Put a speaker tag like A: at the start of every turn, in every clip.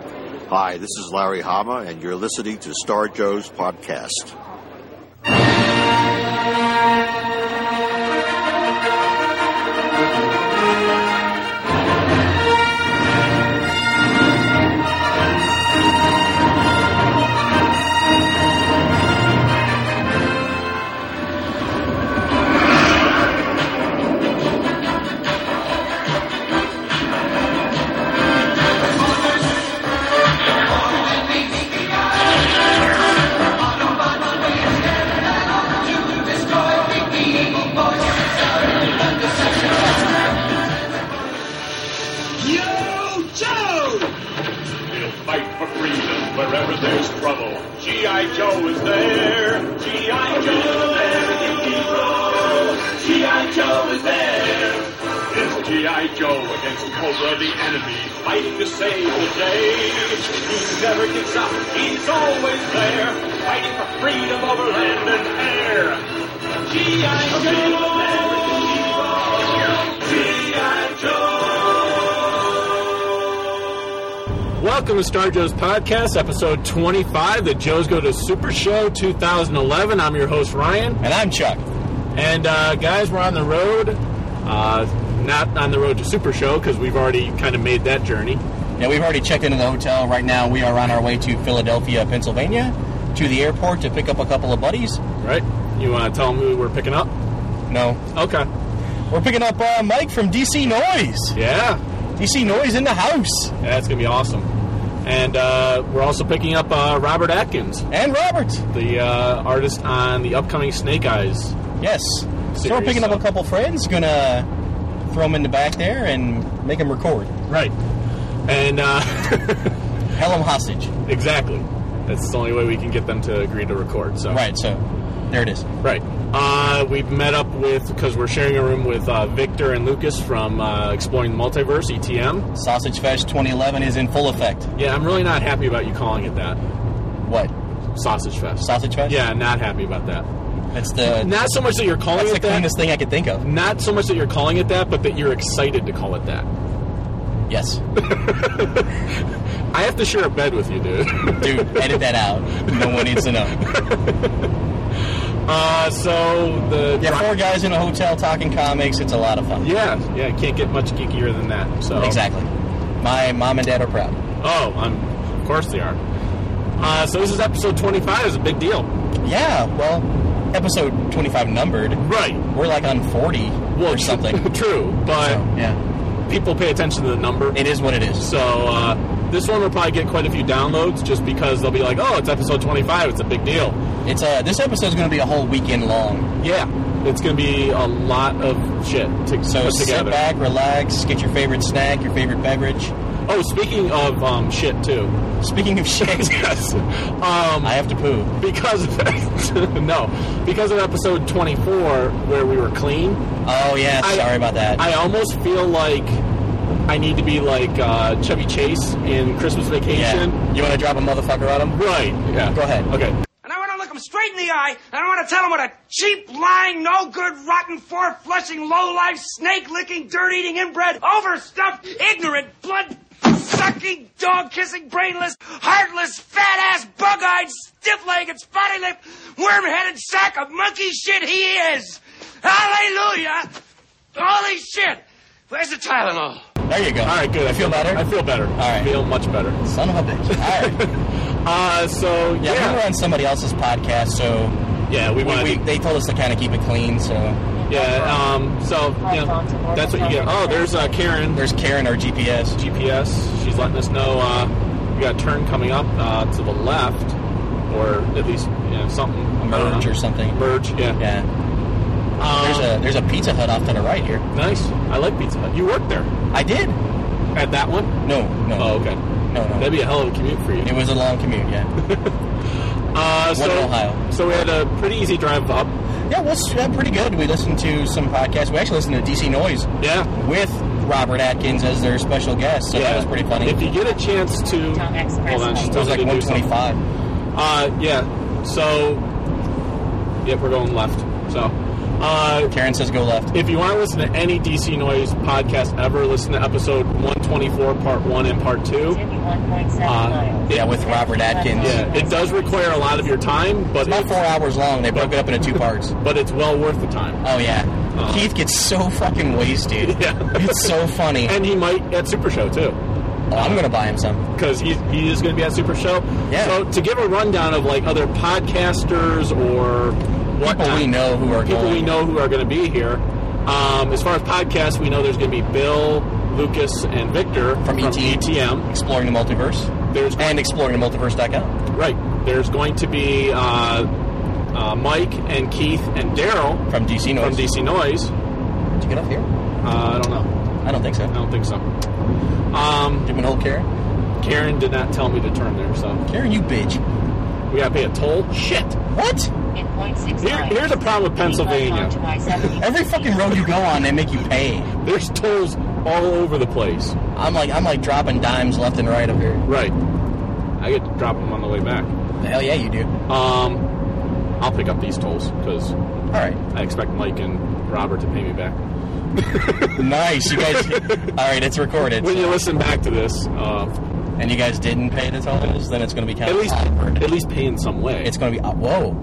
A: Hi, this is Larry Hama, and you're listening to Star Joe's podcast.
B: You too! We'll fight for freedom wherever there's trouble. G.I. Joe is there. G.I. Joe is there. G.I. Joe is there. It's G.I. Joe against Cobra the enemy, fighting to save the day. He never gives up, he's always there, fighting for freedom over land and air. G.I. Joe! G.I. Joe!
C: Welcome to Star Joe's Podcast, episode 25, the Joe's Go to Super Show 2011. I'm your host, Ryan.
D: And I'm Chuck.
C: And, uh, guys, we're on the road. Uh, not on the road to Super Show because we've already kind of made that journey.
D: Yeah, we've already checked into the hotel. Right now, we are on our way to Philadelphia, Pennsylvania, to the airport to pick up a couple of buddies.
C: Right? You want to tell them who we're picking up?
D: No,
C: Okay.
D: we're picking up uh, Mike from DC Noise.
C: Yeah.
D: DC Noise in the house,
C: Yeah, That's going to be awesome. And uh, we're also picking up uh, Robert Atkins,
D: and Robert.
C: the uh, artist on the upcoming Snake Eyes.
D: Yes. So we're
C: Serious
D: picking up
C: stuff.
D: a couple friends. Gonna throw them in the back there and make them record.
C: Right. And. Uh,
D: Hell 'em hostage.
C: Exactly. That's the only way we can get them to agree to record. So
D: Right. So there it is.
C: right. Uh, we've met up with because we're sharing a room with uh, Victor and Lucas from uh, Exploring the Multiverse (ETM).
D: Sausage Fest 2011 is in full effect.
C: Yeah, I'm really not happy about you calling it that.
D: What?
C: Sausage Fest.
D: Sausage Fest?
C: Yeah, not happy about that.
D: That's the
C: Not so much that you're calling
D: that's the
C: it that.
D: cleanest thing I could think of.
C: Not so much that you're calling it that, but that you're excited to call it that.
D: Yes.
C: I have to share a bed with you, dude.
D: Dude, edit that out. No one needs to know.
C: Uh, so the
D: Yeah, four guys in a hotel talking comics. It's a lot of fun.
C: yeah, yeah, can't get much geekier than that. So
D: Exactly. My mom and dad are proud.
C: Oh, um, of course they are. Uh, so this is episode 25. It's a big deal.
D: Yeah, well, episode 25 numbered.
C: Right.
D: We're like on 40 or something.
C: True, but
D: So, yeah.
C: people pay attention to the number.
D: It is what it is.
C: So uh, this one will probably get quite a few downloads just because they'll be like, oh, it's episode 25. It's a big deal.
D: It's uh, This episode's going to be a whole weekend long.
C: Yeah. It's going to be a lot of shit to
D: So
C: put
D: sit
C: together.
D: back, relax, get your favorite snack, your favorite beverage.
C: Oh, speaking of um, shit, too.
D: Speaking of shit,
C: yes. Um,
D: I have to poo.
C: because of, no, because of episode 24 where we were clean,
D: Oh, yeah,
C: I-
D: sorry about that.
C: I almost feel like I need to be like uh, Chevy Chase in Christmas Vacation.
D: yeah. You want to drop a motherfucker on him?
C: Right. Yeah.
D: Go ahead.
C: Okay.
E: And I want to look him straight in the eye, and I want to tell him what a cheap, lying, no good, rotten, four flushing, low life, snake licking, dirt eating, inbred, overstuffed, ignorant, blood sucking, dog kissing, brainless, heartless, fat ass, bug eyed, stiff legged, spotty lipped, worm headed sack of monkey shit he is! Hallelujah! Holy shit! Where's the Tylenol?
D: There you go.
C: All right. Good.
D: I feel better.
C: I feel better. All
D: right.
C: I feel much better.
D: Son of a bitch. All right.
C: Uh, so
D: Yeah, we were
C: yeah,
D: on somebody else's podcast, so
C: yeah, we
D: we,
C: want.
D: we, they told us to kind of keep it clean. So
C: yeah. Um. So you know, that's what you get. Oh, there's uh, Karen.
D: there's Karen, our GPS.
C: GPS. She's letting us know uh, we got a turn coming up uh, to the left, or at least you know, something.
D: A merge
C: Uh-huh.
D: or something.
C: Merge. Yeah.
D: Yeah,
C: Um,
D: there's a there's a Pizza Hut off to the right here.
C: nice. I like Pizza Hut. You worked there
D: I did.
C: at that one.
D: No, no,
C: Oh, okay.
D: no, no.
C: That'd be a hell of a commute for you.
D: it was a long commute. Yeah,
C: Uh, so,
D: One in Ohio.
C: So we had a pretty easy drive up.
D: yeah, it was uh, pretty good. We listened to some podcasts. We actually listened to DC Noise
C: Yeah.
D: with Robert Atkins as their special guest, so
C: yeah.
D: that was pretty funny.
C: If you get a chance to,
F: Town Express.
C: hold on, she's
F: It
D: it was
C: telling
D: like
C: me to do
D: 125.
C: something. Uh, yeah. So, yep, we're going left. So, Uh,
D: Karen says go left.
C: if you want to listen to any DC Noise podcast ever, listen to episode 124, part one and part two.
F: Uh,
D: Yeah, with Robert Atkins.
C: Yeah, it does require a lot of your time, but
D: About
C: it,
D: four hours long. They broke it up into two parts.
C: but it's well worth the time.
D: Oh yeah, Keith gets so fucking wasted.
C: Yeah.
D: it's so funny.
C: And he might at Super Show too,
D: Oh, I'm gonna buy him some.
C: because he, he is going to be at Super Show.
D: Yeah.
C: So to give a rundown of like other podcasters or what
D: People we know who are
C: people
D: going.
C: we know who are going to be here. Um, as far as podcasts, we know there's going to be Bill, Lucas, and Victor
D: From
C: E
D: ET.
C: ETM.
D: exploring the multiverse
C: There's
D: and exploring the multiverse.com
C: right. There's going to be uh, uh, Mike and Keith and Daryl
D: from DC
C: from
D: Noise.
C: DC Noise.
D: Did you get off here?
C: Uh, I don't know.
D: I don't think so.
C: I don't think so. Um,
D: Did we hold Karen?
C: Karen did not tell me to turn there, so
D: Karen, you bitch.
C: we got to pay a toll. Shit.
D: What?
C: Here, here's a problem with Pennsylvania.
D: Every fucking road you go on, they make you pay.
C: There's tolls all over the place.
D: I'm like, I'm like dropping dimes left and right over here.
C: Right. I get to drop them on the way back.
D: Hell yeah, you do.
C: Um, I'll pick up these tolls because
D: All right.
C: I expect Mike and Robert to pay me back.
D: Nice, you guys. all right, it's recorded.
C: When you listen back to this, uh,
D: and you guys didn't pay the totals, then it's going to be kind
C: at
D: of
C: least
D: awkward.
C: at least pay in some way.
D: It's going to be uh, whoa.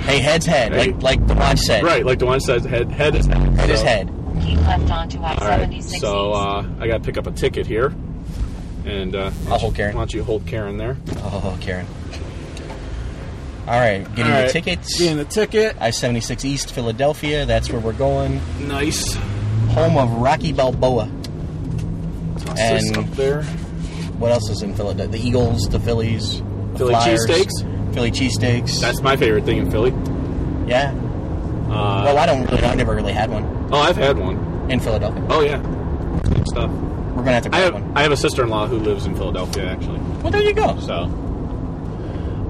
D: hey, head's head,
C: Hey.
D: like like the watch said.
C: right, like the one says head head is head.
D: Head is
C: so-
D: head.
F: Keep left onto I
C: All right, so uh, I got to pick up a ticket here, and uh,
D: I'll hold Karen.
C: Why don't you hold Karen there?
D: Oh, Karen. All right, getting
C: All right,
D: the tickets.
C: Getting the ticket.
D: I seventy six East Philadelphia. That's where we're going.
C: Nice.
D: Home of Rocky Balboa.
C: Toss this
D: And-
C: up there.
D: What else is in Philadelphia? The Eagles, the Phillies, the
C: Philly
D: Flyers,
C: cheesesteaks?
D: Philly cheesesteaks.
C: That's my favorite thing in Philly.
D: yeah.
C: Uh,
D: Well, I don't really. I never really had one
C: oh, I've had one.
D: in Philadelphia.
C: Oh yeah, good stuff.
D: We're gonna have to
C: I have
D: grab one.
C: I have a sister-in-law who lives in Philadelphia actually.
D: Well, there you go.
C: So,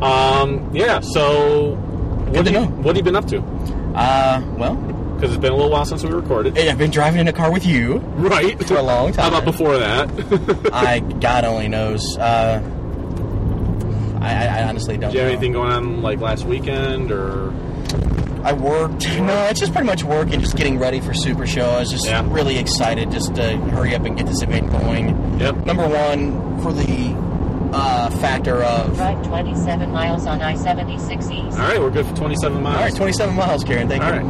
C: um, yeah. So, what
D: Good to
C: have you,
D: know.
C: what have you been up to?
D: Uh, well,
C: Because it's been a little while since we recorded.
D: Hey, I've been driving in a car with you.
C: right.
D: For a long
C: How about
D: time.
C: before that? Did
D: I God only knows. Uh, I, I- I honestly don't.
C: you have
D: know.
C: anything going on like last weekend or?
D: I worked. No, it's just pretty much work and just getting ready for Super Show. I was just
C: Yeah.
D: really excited just to hurry up and get this event going.
C: Yep.
D: Number one for the uh, factor of all
F: Drive 27 miles on I 76 East.
C: All right, we're good for 27
D: right,
C: miles.
D: 27 miles, Karen. Thank
C: All
D: you.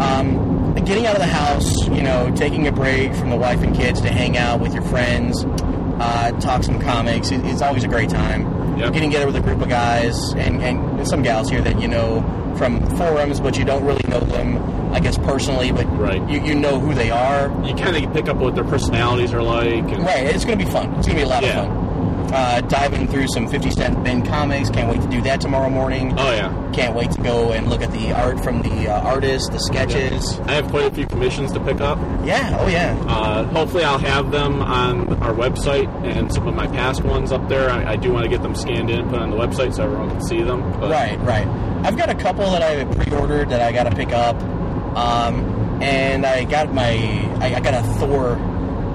D: Um, getting out of the house, you know, taking a break from the wife and kids to hang out with your friends, uh, talk some comics. It, it's always a great time.
C: Yep.
D: Getting together with a group of guys and, and some gals here that you know from forums, but you don't really know them, I guess, personally, but
C: Right.
D: you, you know who they are.
C: You kind of pick up what their personalities are like. And,
D: Right, it's going to be fun. It's going to be a lot
C: Yeah.
D: of fun. Uh, diving through some 50 Cent Ben comics. Can't wait to do that tomorrow morning.
C: Oh yeah,
D: Can't wait to go and look at the art from the uh, artist, the sketches.
C: I have quite a few commissions to pick up.
D: Yeah, oh yeah.
C: Uh, hopefully, I'll have them on our website and some of my past ones up there. I, I do want to get them scanned in, and put on the website so everyone can see them. but-
D: Right, right. I've got a couple that I pre-ordered that I got to pick up, um, and I got my I, I got a Thor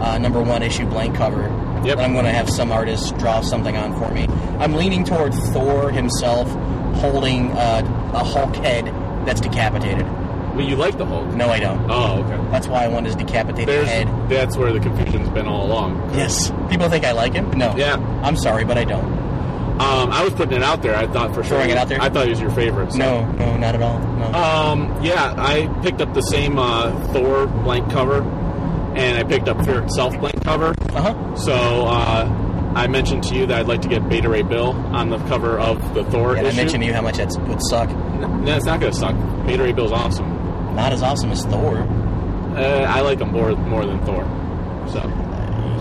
D: uh, number one issue blank cover
C: Yep.
D: that I'm going to have some artist draw something on for me. I'm leaning toward Thor himself holding uh, a Hulk head that's decapitated.
C: Well, you like the Hulk?
D: No, I don't.
C: Oh, okay.
D: That's why I want his decapitated
C: There's
D: head.
C: that's where the confusion's been all along.
D: Yes, people think I like him. No.
C: Yeah.
D: I'm sorry, but I don't.
C: Um, I was putting it out there. I thought for sure.
D: Throwing it out there?
C: I thought he was your favorite. so-
D: No, no, not at all. No.
C: Um, yeah, I picked up the same uh, Thor blank cover, and I picked up Fear itself blank cover.
D: Uh-huh.
C: So uh, I mentioned to you that I'd like to get Beta Ray Bill on the cover of the Thor
D: And I
C: issue.
D: mentioned to you how much that would suck.
C: No, it's not going to suck. Beta Ray Bill's awesome.
D: Not as awesome as Thor.
C: Uh, I like him more more than Thor. So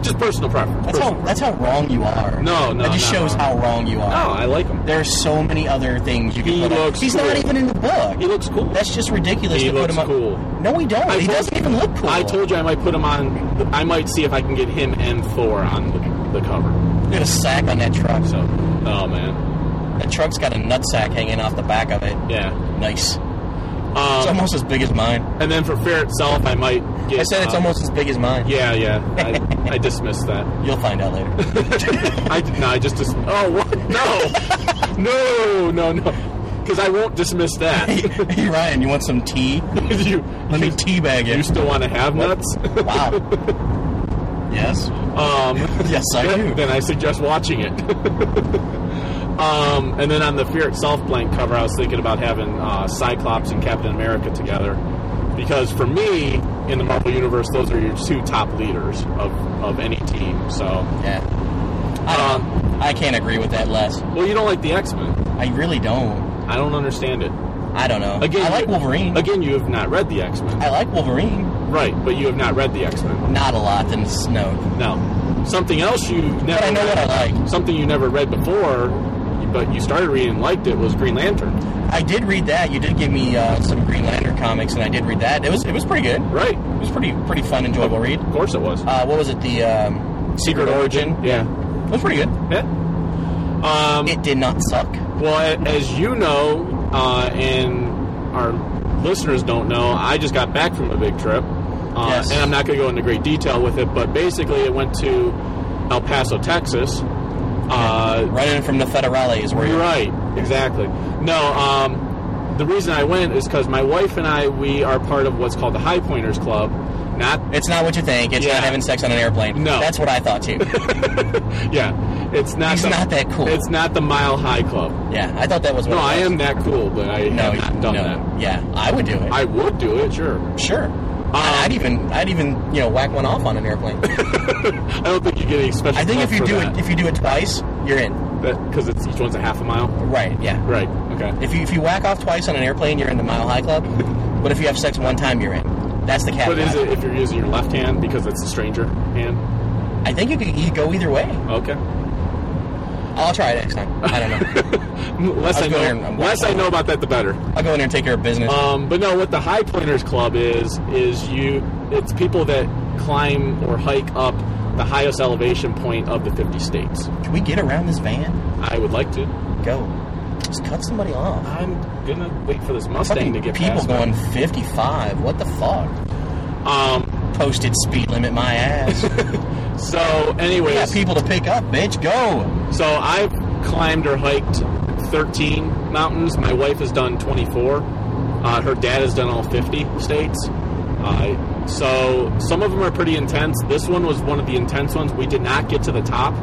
C: just personal preference.
D: That's how
C: personal.
D: that's how wrong you are.
C: No, no,
D: That just
C: no,
D: shows
C: no.
D: how wrong you
C: No,
D: are.
C: Oh, I like him.
D: There are so many other things you can
C: He
D: put
C: looks
D: up. He's
C: cool.
D: not even in the book.
C: He looks cool.
D: that's just ridiculous
C: He
D: to put
C: looks
D: him up.
C: cool.
D: No, he don't.
C: I
D: he
C: told-
D: doesn't even look cool.
C: I told you I might put him on. I might see if I can get him and Thor on the, the cover.
D: you. Got a sack on that truck.
C: So, oh man,
D: That truck's got a nut sack hanging off the back of it.
C: yeah.
D: Nice. It's
C: Um,
D: almost as big as mine.
C: and then for Fear itself, I might get.
D: I said it's
C: uh,
D: almost as big as mine.
C: Yeah, yeah. I, I dismissed that.
D: You'll find out later.
C: I no, I just dis- oh what? no, no, no, no. because I won't dismiss that.
D: hey, Ryan, you want some tea?
C: you,
D: Let me teabag
C: you
D: it.
C: still want to have nuts?
D: Wow. yes.
C: Um,
D: Yes, I do.
C: then, then I suggest watching it. um, and then on the Fear Itself blank cover, I was thinking about having uh, Cyclops and Captain America together. Because for me, in the Marvel Universe, those are your two top leaders of, of any team. So,
D: Yeah. I,
C: um,
D: I can't agree with that less.
C: well, you don't like the X Men.
D: I really don't.
C: I don't understand it.
D: I don't know.
C: Again,
D: I like
C: you-
D: Wolverine.
C: Again, you have not read the X Men.
D: I like Wolverine.
C: Right, but you have not read the X Men.
D: Not a lot, then it's no.
C: Now, something else you never
D: But I know what I like.
C: something you never read before, but you started reading and liked it was Green Lantern.
D: I did read that. You did give me uh, some Green Lantern comics, and I did read that. It was it was pretty good. It
C: Right.
D: was pretty pretty fun, enjoyable read.
C: Of course it was.
D: Uh, what was it? The um, Secret Origin.
C: Yeah.
D: It was pretty good.
C: Yeah. Um,
D: It did not suck.
C: well, a- as you know, uh, and our listeners don't know, I just got back from a big trip. Uh,
D: Yes.
C: And I'm not going to go into great detail with it, but basically it went to El Paso, Texas. Uh,
D: Running from the federales, where
C: You're
D: you're
C: right. Exactly. No, um, the reason I went is because my wife and I, we are part of what's called the High Pointers Club. Not,
D: It's not what you think. It's
C: Yeah.
D: not having sex on an airplane.
C: No.
D: That's what I thought too.
C: yeah, it's not.
D: He's
C: the-
D: not that cool.
C: It's not the Mile High Club.
D: yeah, I thought that was what
C: No,
D: it
C: I
D: was.
C: am that cool, but I
D: No,
C: have not done
D: no.
C: that.
D: Yeah, I would do it.
C: I Um, would do it, sure.
D: sure. I, I'd even, I'd even, you know, whack one off on an airplane.
C: I don't think you get any special.
D: I think if you do it, if you do it twice, you're in.
C: because it's each one's a half a mile.
D: Right? Yeah.
C: Right. Okay.
D: If you if you whack off twice on an airplane, you're in the Mile High Club. but if you have sex one time, you're in. That's the caveat.
C: But is it if you're using your left hand because it's a stranger hand?
D: I think you could, you could go either way.
C: Okay.
D: I'll try it next time. I don't know.
C: Less
D: I'll
C: I
D: go there and-
C: know, less I know about that, the better.
D: I'll go in there and take care of business.
C: Um, but no, what the High Pointers Club is is you it's people that climb or hike up the highest elevation point of the 50 states.
D: Can we get around this van?
C: I would like to.
D: Go. Just cut somebody off.
C: I'm gonna wait for this Mustang
D: Fucking
C: to get
D: people
C: past me.
D: going 55. What the fuck?
C: Um,
D: Posted speed limit, my ass.
C: so,
D: we got
C: anyways,
D: people to pick up, bitch. Go.
C: so I've climbed or hiked 13 mountains. My wife has done 24. Uh, her dad has done all 50 states. Uh, so some of them are pretty intense. This one was one of the intense ones. We did not get to the top,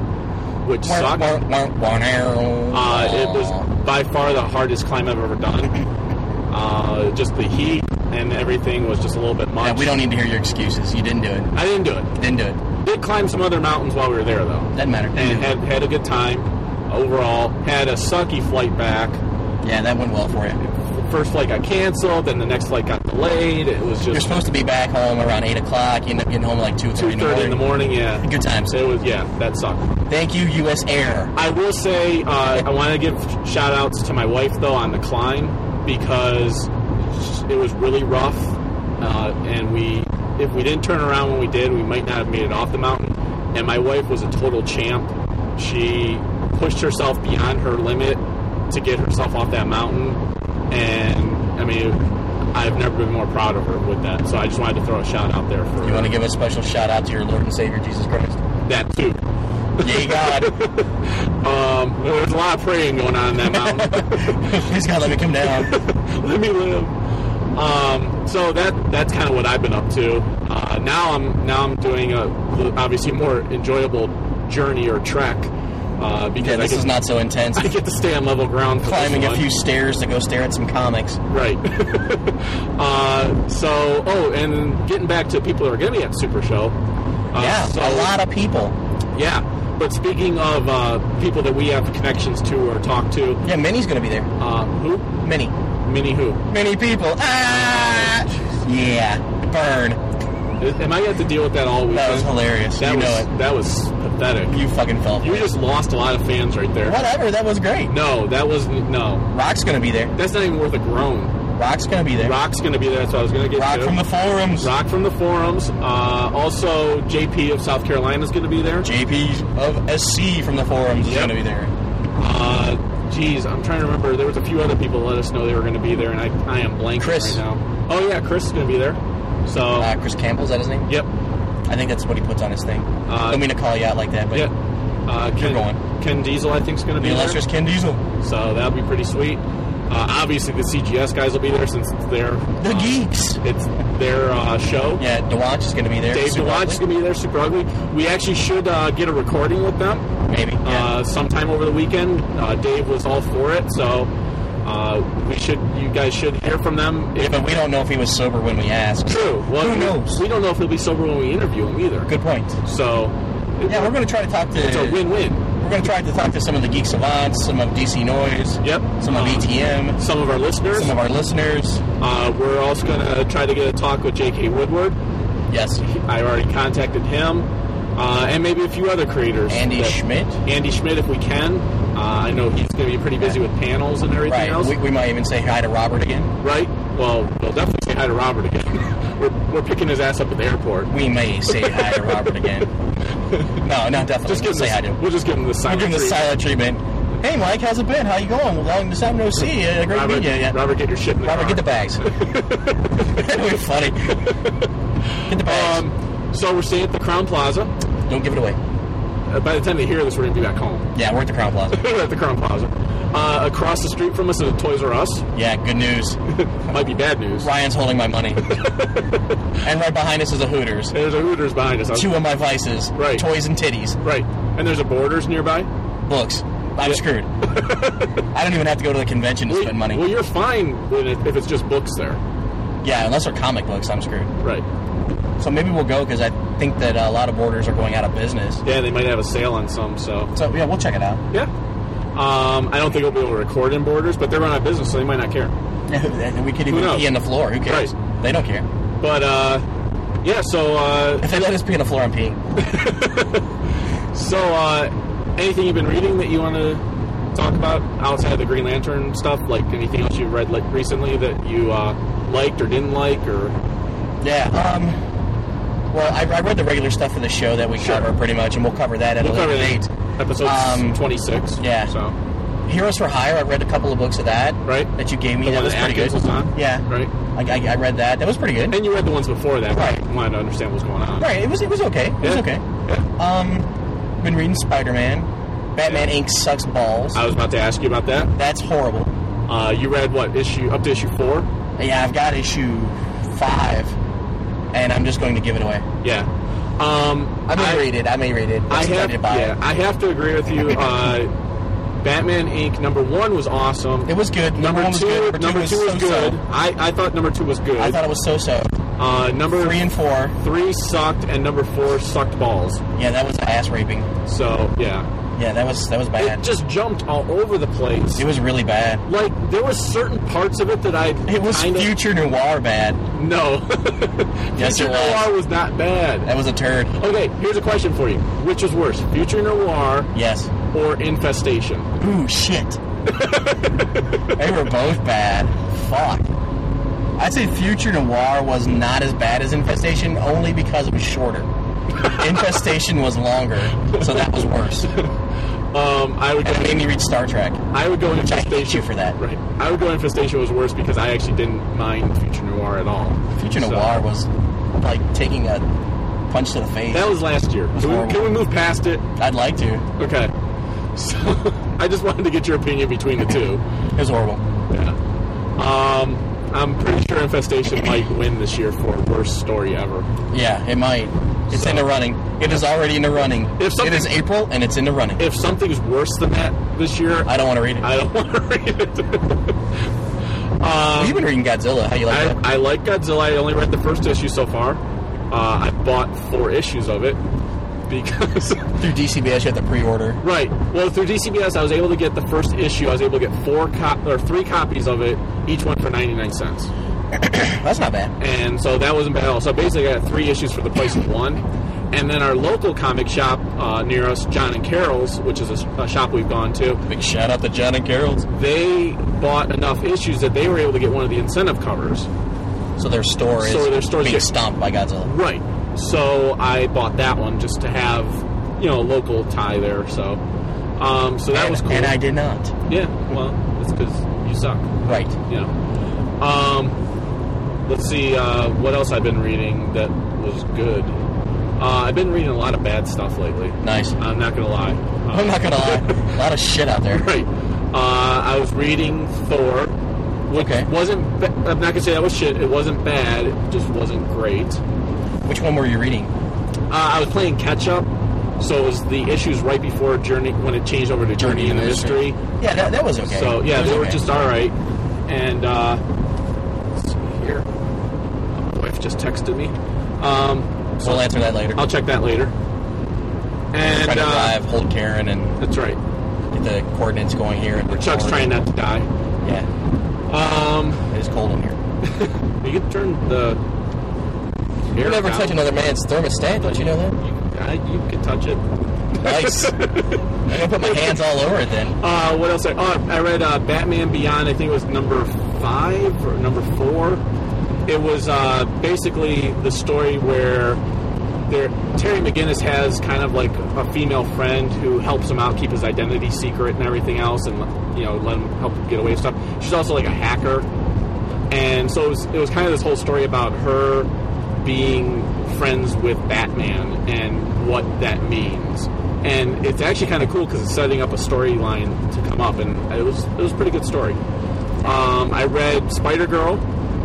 C: which sucked.
D: Wah, wah, wah, wah,
C: Uh, it
D: wah.
C: was by far the hardest climb I've ever done. Uh, just the heat and everything was just a little bit much.
D: Yeah, we don't need to hear your excuses. You didn't do it.
C: I didn't do it.
D: Didn't do it.
C: Did climb some other mountains while we were there though,
D: Doesn't matter.
C: and had had a good time overall. Had a sucky flight back.
D: yeah, that went well for you.
C: First flight got canceled, then the next flight got delayed. It was
D: You're
C: just
D: supposed to be back home around 8 o'clock. You end up getting home like 2
C: two
D: in
C: thirty
D: the morning.
C: in the morning. Yeah,
D: Good times.
C: it was. Yeah, that sucked.
D: Thank you, U.S. Air.
C: I will say uh, I want to give shout outs to my wife though on the climb because it was really rough, uh, and we if we didn't turn around when we did, we might not have made it off the mountain. And my wife was a total champ. She pushed herself beyond her limit to get herself off that mountain, and I mean. I've never been more proud of her with that, so I just wanted to throw a shout out there for
D: You want to give a special shout out to your Lord and Savior, Jesus Christ?
C: that too.
D: Yay, God.
C: Um, there was a lot of praying going on in that mountain.
D: Please, God, let me come down.
C: let me live. Um, so that that's kind of what I've been up to. Uh, now I'm now I'm doing a obviously more enjoyable journey or trek uh, because
D: Yeah, this
C: I, get,
D: is not so intense.
C: I get to stay on level ground. For this
D: climbing a
C: one.
D: few stairs to go stare at some comics.
C: right. uh, so oh, and getting back to people who are going to be at Super Show. Uh,
D: yeah,
C: so-
D: a lot of people.
C: Yeah, but speaking of uh, people that we have connections to or talk to,
D: Yeah, Minnie's gonna be there.
C: uh, who?
D: Minnie.
C: Mini who?
D: Many people. Ah! Yeah. Burn.
C: Am I going to have to deal with that all week?
D: That was hilarious.
C: That
D: you
C: was
D: know
C: that was pathetic.
D: it. You fucking fell.
C: You just lost a lot of fans right there.
D: Whatever. That was great.
C: No, that was no.
D: Rock's gonna be there.
C: That's not even worth a groan.
D: Rock's gonna be there.
C: Rock's gonna be there. That's what I was gonna get.
D: Rock
C: to.
D: from the forums.
C: Rock from the forums. Uh, also, JP of South Carolina is gonna be there.
D: JP of SC from the forums is
C: Yep.
D: gonna be there.
C: Uh, geez, I'm trying to remember. There was a few other people that let us know they were gonna be there, and I, I am blanking
D: Chris.
C: right now. Oh yeah, Chris is gonna be there. So
D: Uh, Chris Campbell, is that his name?
C: yep,
D: I think that's what he puts on his thing.
C: Uh,
D: Don't mean to call you out like that, but
C: yep. Uh, Ken,
D: going.
C: Ken Diesel I think is gonna be
D: the
C: there.
D: illustrious Ken Diesel.
C: So that'll be pretty sweet. Uh, obviously, the CGS guys will be there since it's their
D: The
C: uh,
D: geeks.
C: it's their uh, show.
D: Yeah, Dewatch is gonna be there.
C: Dave
D: Super
C: DeWatch is
D: ugly.
C: going to be there, super ugly. We actually should uh, get a recording with them
D: maybe. Yeah.
C: uh, sometime over the weekend. Uh, Dave was all for it, so uh, we should. You guys should hear from them.
D: Yeah,
C: If
D: but we don't know if he was sober when we asked.
C: true, well,
D: Who
C: we-
D: knows?
C: We don't know if he'll be sober when we interview him either.
D: Good point.
C: So
D: Yeah, we're gonna try to talk to.
C: it's a win-win.
D: We're gonna try to talk to some of the geek savants, some of DC Noise,
C: Yep.
D: some of
C: Uh,
D: ETM,
C: Some of our listeners.
D: some of our listeners.
C: Uh, we're also going to try to get a talk with J.K. Woodward.
D: Yes,
C: I already contacted him, uh, and maybe a few other creators.
D: Andy
C: that-
D: Schmidt.
C: Andy Schmidt, if we can. Uh, I know he's going to be pretty busy with panels and everything
D: Right.
C: else.
D: We, we might even say hi to Robert again.
C: right? Well, we'll definitely say hi to Robert again. we're, we're picking his ass up at the airport.
D: We may say hi to Robert again. No, not definitely.
C: Just give
D: We'll
C: him
D: say
C: this-
D: hi to. him.
C: We'll just give him the
D: We'll
C: silent
D: give him the
C: treatment.
D: silent treatment. Hey, Mike, how's it been? How you going? Long time no see. Uh, great
C: Robert,
D: to meet you. Yeah.
C: Robert, get your shit in the
D: Robert,
C: car.
D: get the bags. that would be funny. Get the bags.
C: Um, so we're staying at the Crown Plaza.
D: Don't give it away.
C: Uh, by the time they hear this, we're going to be back home.
D: Yeah, we're at the Crown Plaza.
C: we're at the Crown Plaza. Uh, across the street from us is a Toys R Us.
D: Yeah, good news.
C: Might be bad news.
D: Ryan's holding my money. and right behind us is a Hooters.
C: There's a Hooters behind us. I was-
D: Two of my vices.
C: Right.
D: Toys and titties.
C: Right. And there's a Borders nearby.
D: Books. I'm
C: Yeah.
D: screwed. I don't even have to go to the convention to
C: Well,
D: spend money.
C: Well, you're fine when it, if it's just books there.
D: yeah, unless they're comic books, I'm screwed.
C: Right.
D: So maybe we'll go because I think that uh, a lot of borders are going out of business.
C: Yeah, they might have a sale on some, so.
D: So yeah, we'll check it out.
C: Yeah. Um, I don't think we'll be able to record in Borders, but they're run out of business, so they might not care.
D: we could
C: Who
D: even
C: knows?
D: pee on the floor. Who cares?
C: Right.
D: They don't care.
C: But, uh, yeah, so, uh,
D: If they let us pee on the floor, I'm peeing.
C: so, uh, anything you've been reading that you want to talk about outside of the Green Lantern stuff? Like anything else you've read like recently that you, uh, liked or didn't like or.
D: Yeah. Um. Well, I, I read the regular stuff for the show that we
C: Sure.
D: cover pretty much, and we'll cover that at
C: We'll
D: a
C: cover
D: later
C: that
D: date.
C: in episode
D: Um,
C: 26.
D: yeah.
C: So,
D: Heroes for Hire. I read a couple of books of that.
C: right?
D: That you gave me.
C: The
D: that
C: one
D: was
C: that
D: pretty
C: Atkins was
D: good.
C: on?
D: Yeah.
C: Right.
D: I, I, I read that. That was pretty good.
C: And you read the ones before that.
D: Right.
C: but you Wanted to understand what's going on.
D: right. It was. It was okay. It was
C: Yeah.
D: okay.
C: Yeah.
D: Um. Been reading Spider Man. Batman Inc. sucks balls.
C: I was about to ask you about that.
D: That's horrible.
C: Uh, you read what issue up to issue four?
D: Yeah, I've got issue five, and I'm just going to give it away.
C: Yeah. Um,
D: I may read it. I may read it.
C: I
D: I'm
C: have,
D: excited to buy
C: yeah, I have to agree with you. Uh, Batman Inc. Number one was awesome.
D: it. It was good.
C: number
D: one
C: two,
D: was good.
C: number two was,
D: so-so.
C: good. I, I thought number two was good.
D: I thought it was so-so.
C: uh, number
D: Three and four.
C: three sucked, and number four sucked balls.
D: Yeah, that was ass raping.
C: So yeah,
D: Yeah, that was that was bad.
C: it just jumped all over the place.
D: It was really bad.
C: like there was certain parts of it that I
D: It was
C: kind
D: future noir bad.
C: of no.
D: Yes, it
C: Future
D: was.
C: Noir was not bad.
D: That was a turd.
C: Okay, here's a question for you. Which is worse, Future Noir
D: Yes.
C: or Infestation?
D: Ooh, shit. they were both bad. Fuck. I'd say Future Noir was not as bad as Infestation only because it was shorter. Infestation was longer, so that was worse. And
C: Um, I would
D: it
C: go,
D: made me read Star Trek.
C: I would go
D: I hate
C: Infestation
D: you for that.
C: Right. I would go Infestation was worse because I actually didn't mind Future Noir at all.
D: Future
C: So-
D: Noir was like taking a punch to the face.
C: that was last year.
D: was
C: Can we,
D: horrible.
C: can we move past it?
D: I'd like to.
C: Okay. So I just wanted to get your opinion between the two.
D: It was horrible.
C: Yeah. Um, I'm pretty sure Infestation might win this year for worst story ever.
D: Yeah, it might. It's
C: So-
D: in the running. It is already in the running.
C: If
D: it
C: something-
D: is April and it's in the running.
C: If something's worse than that this year,
D: I don't want to read it.
C: I don't want to read it.
D: You've been reading Godzilla. How you like that?
C: I, I like Godzilla. I only read the first issue so far. Uh, I bought four issues of it because
D: Through DCBS, you have to pre-order.
C: right. Well, through DCBS, I was able to get the first issue. I was able to get four cop or three copies of it, each one for ninety nine cents.
D: That's not bad.
C: And so that wasn't bad at all. So basically, I got three issues for the price of one. And then our local comic shop uh, near us, John and Carol's, which is a, a shop we've gone to,
D: Big shout out to John and Carol's.
C: they bought enough issues that they were able to get one of the incentive covers.
D: So their store is
C: So their store's
D: being
C: getting-
D: stomped by Godzilla.
C: Right. So I bought that one just to have, you know, a local tie there. So, um, so that
D: and,
C: was cool.
D: And I did not.
C: yeah. Well, it's because you suck.
D: Right.
C: You know. Um, let's see uh, what else I've been reading that was good. Uh, I've been reading a lot of bad stuff lately.
D: Nice.
C: I'm not gonna lie. Uh,
D: I'm not gonna lie. A lot of shit out there.
C: Right. Uh, I was reading Thor. which
D: Okay.
C: wasn't. Ba- I'm not gonna say that was shit. It wasn't bad. It just wasn't great.
D: Which one were you reading?
C: Uh, I was playing catch up, so it was the issues right before Journey when it changed over to Journey, into Mystery.
D: Yeah, that, that was okay.
C: So yeah,
D: It was
C: they were
D: okay.
C: just all right. And uh, let's see here, my wife just texted me. Um,
D: We'll answer that later.
C: I'll check that later.
D: try
C: And
D: to
C: uh,
D: drive, hold Karen, and
C: that's right.
D: get the coordinates going here. And
C: Chuck's
D: record.
C: trying not to die.
D: Yeah,
C: Um,
D: it is cold in here.
C: you can turn the. Air
D: You never
C: down.
D: touch another man's thermostat, don't you know that?
C: You, I, you can touch it.
D: Nice. I'm gonna put my hands all over it then.
C: Uh, what else? I, oh, I read uh, Batman Beyond. I think it was number five or number four. It was uh, basically the story where there, Terry McGinnis has kind of like a female friend who helps him out, keep his identity secret and everything else, and you know let him help him get away with stuff. She's also like a hacker, and so it was, it was kind of this whole story about her being friends with Batman and what that means. And it's actually kind of cool because it's setting up a storyline to come up, and it was it was a pretty good story. Um, I read Spider Girl,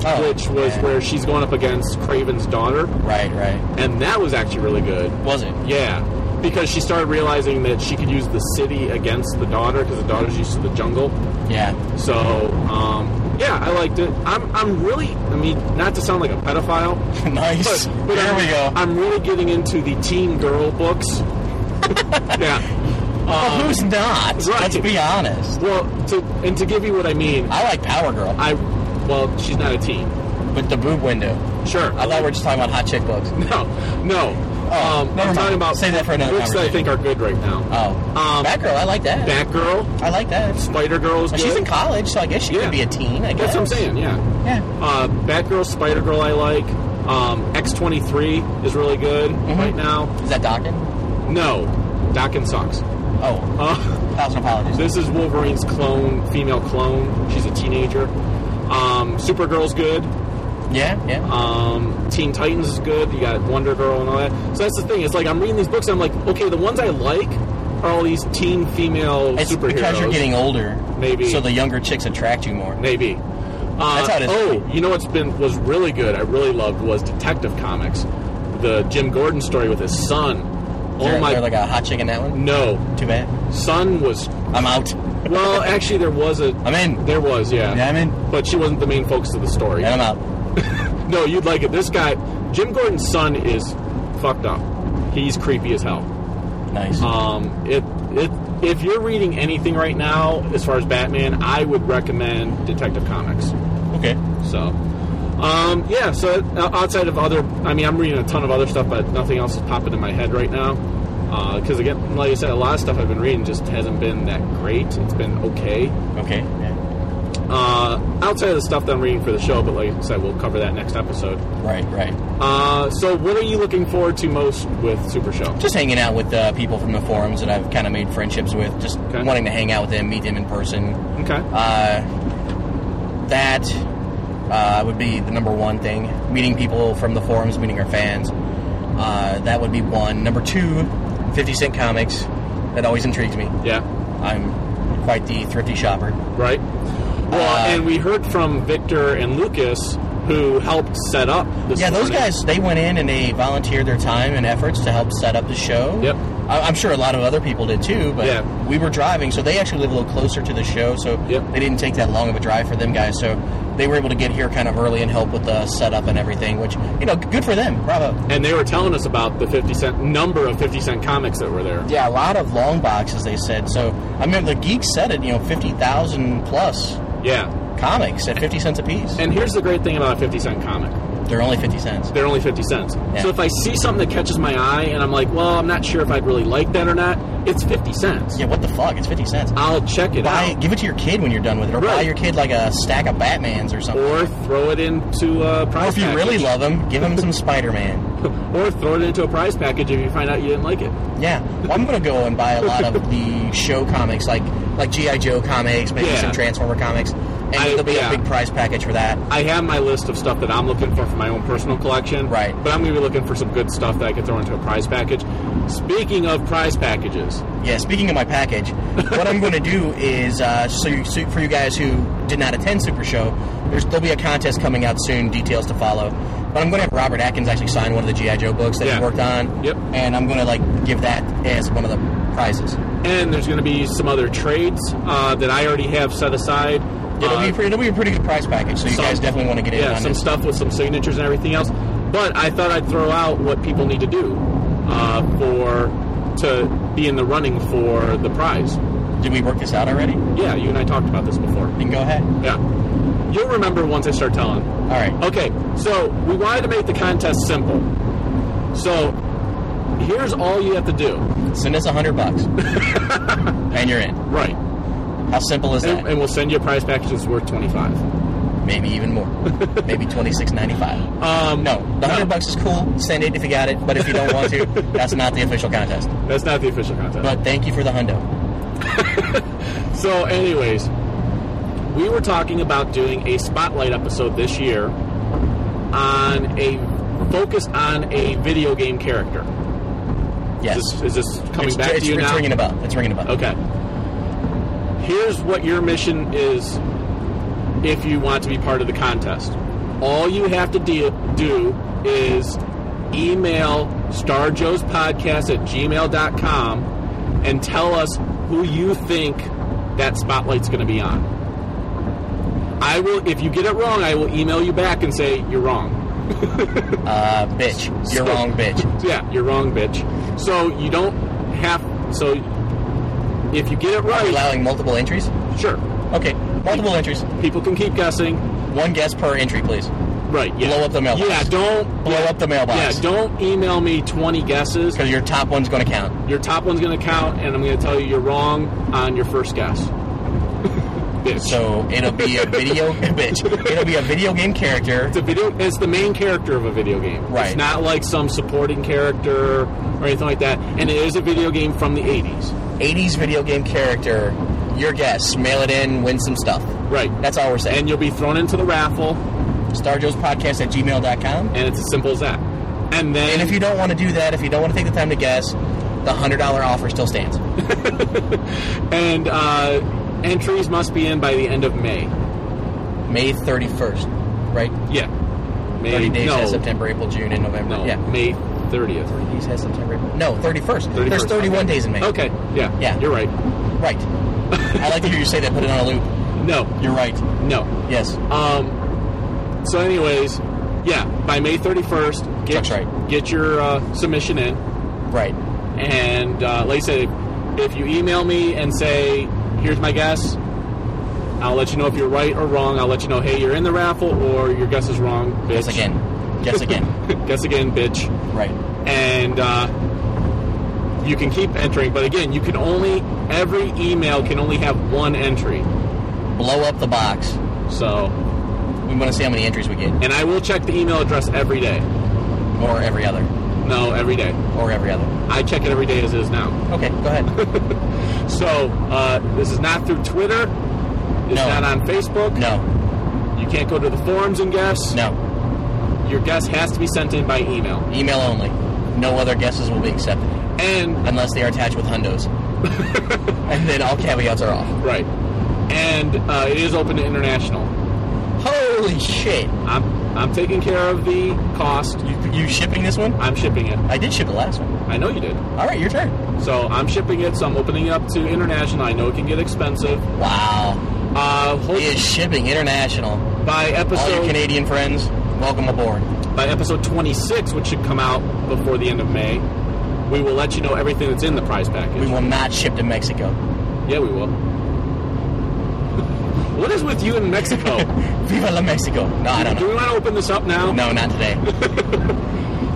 D: Oh,
C: which was
D: yeah.
C: where she's going up against Craven's daughter,
D: Right, right.
C: and that was actually really good.
D: Was it?
C: Yeah, because she started realizing that she could use the city against the daughter because the daughter's used to the jungle.
D: Yeah.
C: So, um, yeah, I liked it. I'm, I'm really, I mean, not to sound like a pedophile,
D: nice.
C: but, but
D: here
C: I'm,
D: we go.
C: I'm really getting into the teen girl books. yeah.
D: Well, who's not?
C: um, right.
D: Let's be honest.
C: Well, to, and to give you what I mean,
D: I like Power Girl,
C: I, well, she's not a teen.
D: but the boob window.
C: Sure.
D: I thought we were just talking about hot chick books.
C: No, no.
D: Oh,
C: um,
D: never
C: I'm
D: mind.
C: talking about
D: Save that for another
C: books that I
D: conversation.
C: think are good right now.
D: Oh,
C: Um,
D: Batgirl, I like that.
C: Batgirl,
D: I like that.
C: Spider Girl is
D: Well,
C: good.
D: She's in college, so I guess she
C: Yeah.
D: could be a teen. I guess.
C: That's what I'm saying, yeah.
D: Yeah.
C: Uh, Batgirl, Spider Girl, I like. Um, X23 is really good right now.
D: Is that Dawkins?
C: No, Dawkins sucks.
D: Oh,
C: Uh,
D: thousand apologies.
C: this is Wolverine's clone, female clone. She's a teenager. Um, Supergirl's good.
D: yeah, yeah.
C: Um, Teen Titans is good. You got Wonder Girl and all that. So that's the thing. It's like I'm reading these books. I'm like, okay, the ones I like are all these teen female
D: it's
C: superheroes.
D: because you're getting older.
C: Maybe.
D: So the younger chicks attract you more.
C: Maybe. Uh,
D: That's how it is.
C: Oh, you know what's been was really good. I really loved was Detective Comics, the Jim Gordon story with his son. Oh
D: They're,
C: my!
D: they're like a hot chick in that one.
C: no,
D: Too bad.
C: son was.
D: I'm out.
C: Well, actually, there was a.
D: I'm in.
C: There was, yeah.
D: Yeah, I'm in.
C: But she wasn't the main focus of the story.
D: And I'm out.
C: No, you'd like it. This guy, Jim Gordon's son, is fucked up. He's creepy as hell.
D: Nice.
C: Um, it it if you're reading anything right now as far as Batman, I would recommend Detective Comics.
D: okay.
C: So, um, yeah. So uh, outside of other, I mean, I'm reading a ton of other stuff, but nothing else is popping in my head right now. Because again, like I said, a lot of stuff I've been reading just hasn't been that great. It's been okay.
D: Okay. Yeah.
C: Uh, outside of the stuff that I'm reading for the show, but like I said, we'll cover that next episode.
D: Right. Right.
C: Uh, so, what are you looking forward to most with Super Show?
D: Just hanging out with uh, people from the forums that I've kind of made friendships with. Just
C: Okay.
D: wanting to hang out with them, meet them in person.
C: Okay.
D: Uh, that uh, would be the number one thing. Meeting people from the forums, meeting our fans. Uh, that would be one. Number two, 50 Cent Comics. That always intrigues me.
C: Yeah.
D: I'm quite the thrifty shopper.
C: Right. Well,
D: Uh,
C: and we heard from Victor and Lucas who helped set up. This
D: Yeah, those
C: morning.
D: guys, they went in and they volunteered their time and efforts to help set up the show.
C: Yep.
D: I- I'm sure a lot of other people did too, but
C: Yeah.
D: we were driving, so they actually live a little closer to the show, so
C: Yep.
D: they didn't take that long of a drive for them guys. So they were able to get here kind of early and help with the setup and everything, which, you know, good for them. Bravo.
C: And they were telling us about the 50 cent number of 50 cent comics that were there.
D: Yeah, a lot of long boxes, they said. So, I mean, the geeks said it, you know, 50,000 plus
C: Yeah.
D: comics at 50 cents a piece.
C: And here's the great thing about a 50 cent comic.
D: They're only 50 cents.
C: They're only 50 cents. So if I see something that catches my eye and I'm like, well, I'm not sure if I'd really like that or not, it's 50 cents.
D: Yeah, what the fuck? It's 50 cents.
C: I'll check it
D: buy,
C: out.
D: give it to your kid when you're done with it, or buy
C: Right.
D: your kid like a stack of Batmans or something.
C: Or throw it into a prize
D: Or if you
C: package.
D: really love them, give them some Spider Man.
C: or throw it into a prize package if you find out you didn't like it.
D: Yeah, well, I'm gonna go and buy a lot of the show comics, like like GI Joe comics, maybe
C: Yeah.
D: some Transformer comics. and
C: I-
D: there'll be
C: yeah.
D: a big prize package for that.
C: I have my list of stuff that I'm looking for for my own personal collection.
D: Right.
C: But I'm going to be looking for some good stuff that I can throw into a prize package. Speaking of prize packages,
D: Yeah, speaking of my package, what I'm going to do is uh, so, you, so for you guys who did not attend Super Show, there's, there'll be a contest coming out soon. Details to follow. But I'm going to have Robert Atkins actually sign one of the GI Joe books that
C: Yeah.
D: he worked on.
C: Yep.
D: And I'm going to like give that as one of the prizes.
C: and there's going to be some other trades uh, that I already have set aside.
D: It'll,
C: Uh,
D: be, pretty, it'll be a pretty good prize package, so you
C: some-
D: guys definitely want to get in
C: yeah,
D: on
C: some
D: this.
C: stuff with some signatures and everything else. But I thought I'd throw out what people need to do uh, for to be in the running for the prize.
D: Did we work this out already? Then
C: Yeah, you and I talked about this before.
D: go ahead.
C: Yeah, you'll remember once I start telling.
D: All right.
C: Okay, so we wanted to make the contest simple. So here's all you have to do.
D: Send us a hundred bucks, and you're in.
C: Right.
D: How simple is
C: And,
D: that?
C: and we'll send you a prize package that's worth 25.
D: Maybe even more. Maybe twenty six ninety five.
C: Um,
D: No, the hundred bucks is cool. Send it if you got it, but if you don't want to, that's not the official contest.
C: That's not the official contest.
D: But thank you for the hundo.
C: so anyways, we were talking about doing a spotlight episode this year on a focused on a video game character.
D: Yes,
C: Is this, is this coming
D: it's,
C: back
D: it's,
C: to you
D: it's
C: now?
D: ringing a bell. It's ringing a bell.
C: Okay. Here's what your mission is if you want to be part of the contest. All you have to de- do is email starjoespodcast at gmail.com and tell us who you think that spotlight's going to be on. I will, if you get it wrong, I will email you back and say, you're wrong.
D: Uh, bitch,
C: So-
D: you're wrong, bitch.
C: Yeah, you're wrong, bitch. So you don't have, so if you get it
D: Are we
C: right,
D: allowing multiple entries?
C: sure.
D: Okay, multiple entries.
C: People can keep guessing.
D: One guess per entry, please.
C: Right. Yeah.
D: Blow up the mailbox.
C: Yeah. Don't.
D: Blow up the
C: Yeah.
D: mailbox.
C: Don't email me 20 guesses.
D: Because your top one's going to count.
C: Your top one's going to count, and I'm going to tell you you're wrong on your first guess. Bitch.
D: So it'll be a video bitch. It'll be a video game character.
C: it's a video. It's the main character of a video game. It's
D: Right.
C: not like some supporting character or anything like that. And it is a video game from the 80s.
D: 80s video game character. Your guess. Mail it in. Win some stuff.
C: Right.
D: That's all we're saying.
C: and you'll be thrown into the raffle,
D: StarJoesPodcast at gmail.com.
C: and it's as simple as that. And then
D: And if you don't want to do that, if you don't want to take the time to guess, the $100 offer still stands.
C: and uh, entries must be in by the end of May.
D: May 31st, right?
C: Yeah. May,
D: 30 days
C: no,
D: has September, April, June, and November.
C: No,
D: Yeah.
C: May 30th.
D: 30 days has September, April. No, 31st.
C: 31st.
D: There's 31 days in May.
C: Okay, yeah.
D: Yeah.
C: You're right.
D: Right. I like to hear you say that, put it on a loop.
C: No,
D: You're right.
C: no.
D: Yes.
C: Um, so, anyways, yeah, by May 31st, get,
D: That's right.
C: get your uh, submission in.
D: Right.
C: And, uh, like I said, if, if you email me and say, here's my guess, I'll let you know if you're right or wrong. I'll let you know, hey, you're in the raffle or your guess is wrong, bitch.
D: Guess again. Guess again.
C: guess again, bitch.
D: right.
C: and uh, you can keep entering. But again, you can only every email can only have one entry.
D: blow up the box.
C: So,
D: We want to see how many entries we get,
C: and I will check the email address every day.
D: or every other,
C: No, every day.
D: or every other.
C: I check it every day as is now.
D: Okay, go ahead.
C: So uh, this is not through Twitter. It's
D: No.
C: not on Facebook.
D: No,
C: You can't go to the forums and guess.
D: no.
C: Your guess has to be sent in by email.
D: Email only. No other guesses will be accepted
C: And
D: unless they are attached with hundos, and then all caveats are off.
C: right. And uh, it is open to international.
D: Holy shit!
C: I'm I'm taking care of the cost.
D: You, you shipping this one?
C: I'm shipping it.
D: I did ship the last one.
C: I know you did.
D: All right, your turn.
C: So I'm shipping it, so I'm opening it up to international. I know it can get expensive.
D: Wow,
C: Uh, hope
D: he is shipping international.
C: by
D: All your
C: episode
D: Canadian friends, welcome aboard.
C: by episode 26, which should come out before the end of May, we will let you know everything that's in the prize package.
D: We will not ship to Mexico.
C: Yeah, we will. what is with you in Mexico?
D: Viva la Mexico! No, I don't
C: Do
D: know.
C: we want to open this up now?
D: No, not today.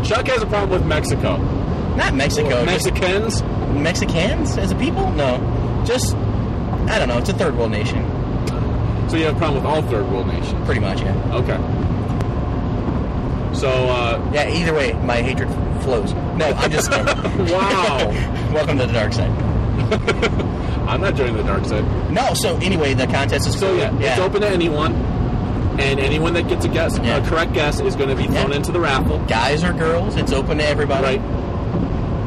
C: Chuck has a problem with Mexico.
D: Not Mexico. just
C: Mexicans.
D: Mexicans as a people? No. Just, I don't know, it's a third world nation.
C: So you have a problem with all third world nations.
D: Pretty much, yeah.
C: Okay. So uh,
D: Yeah, either way, my hatred flows. No, I'm just kidding.
C: Wow.
D: Welcome to the dark side.
G: I'm not doing the dark side.
D: No, so anyway, the contest is
G: So yeah, it's open to anyone, and anyone that gets a guess,
D: Yeah.
G: a correct guess, is going to be thrown
D: Yeah.
G: into the raffle.
D: Guys or girls, it's open to everybody.
G: Right.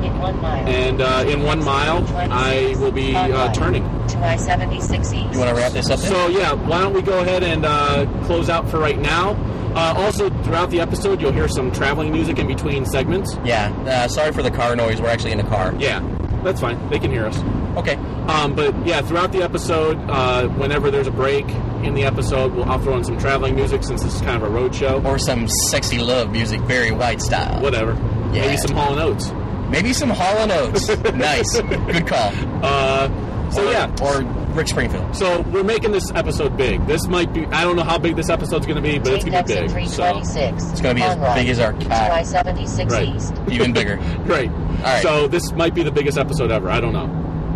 F: In one mile.
G: And uh, in one mile, I will be uh, turning.
F: To I 76 east.
D: You want to wrap this up? then?
G: So yeah, why don't we go ahead and uh, close out for right now? Uh, also, throughout the episode, you'll hear some traveling music in between segments.
D: yeah. Uh, sorry for the car noise. We're actually in a car.
G: Yeah, that's fine. They can hear us.
D: Okay.
G: Um, but yeah, throughout the episode, uh, whenever there's a break in the episode, we'll, I'll throw in some traveling music since this is kind of a road show.
D: Or some sexy love music, Barry White style.
G: Whatever.
D: Yeah.
G: Maybe some Hall and Oates.
D: Maybe some Hall and Oates. nice. Good call.
G: Uh, so
D: Or-
G: yeah.
D: Or Rick Springfield.
G: So we're making this episode big. This might be. I don't know how big this episode's going to be, but it's
F: Take
G: going to be
F: exit
G: big. So
F: 326.
D: It's gonna be as
F: Conroe
D: big as our
F: To I
D: cock.
F: 76
G: Right.
F: east.
D: Even bigger.
G: great.
D: right.
G: So this might be the biggest episode ever. I don't know,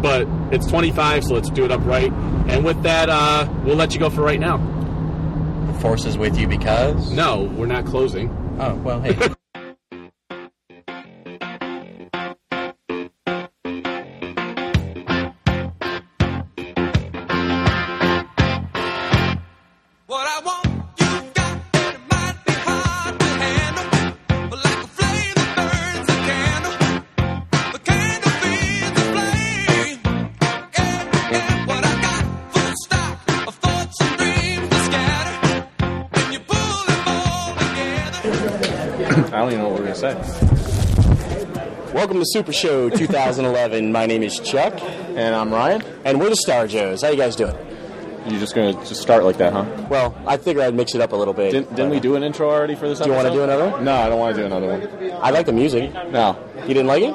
G: but it's 25, so let's do it up right. And with that, uh, we'll let you go for right now.
D: Forces with you because.
G: No, we're not closing.
D: Oh well. Hey.
H: What I want, you got, and it might be hard to handle. But like a flame that burns a candle, the candle feeds the flame. And, and what I got, full stop, a fortune dream to scatter. Then you pull them all together.
G: I don't even know what we're going to say.
I: Welcome to Super Show 2011. My name is Chuck,
C: And I'm Ryan.
I: and we're the Star Joes. How you guys doing?
C: You're just gonna just start like that, huh?
I: Well, I figured I'd mix it up a little bit.
C: Didn't, didn't we do an intro already for this?
I: you wanna
C: episode?
I: do another one?
C: No, I don't want to do another one.
I: I like the music.
C: No,
I: You didn't like it?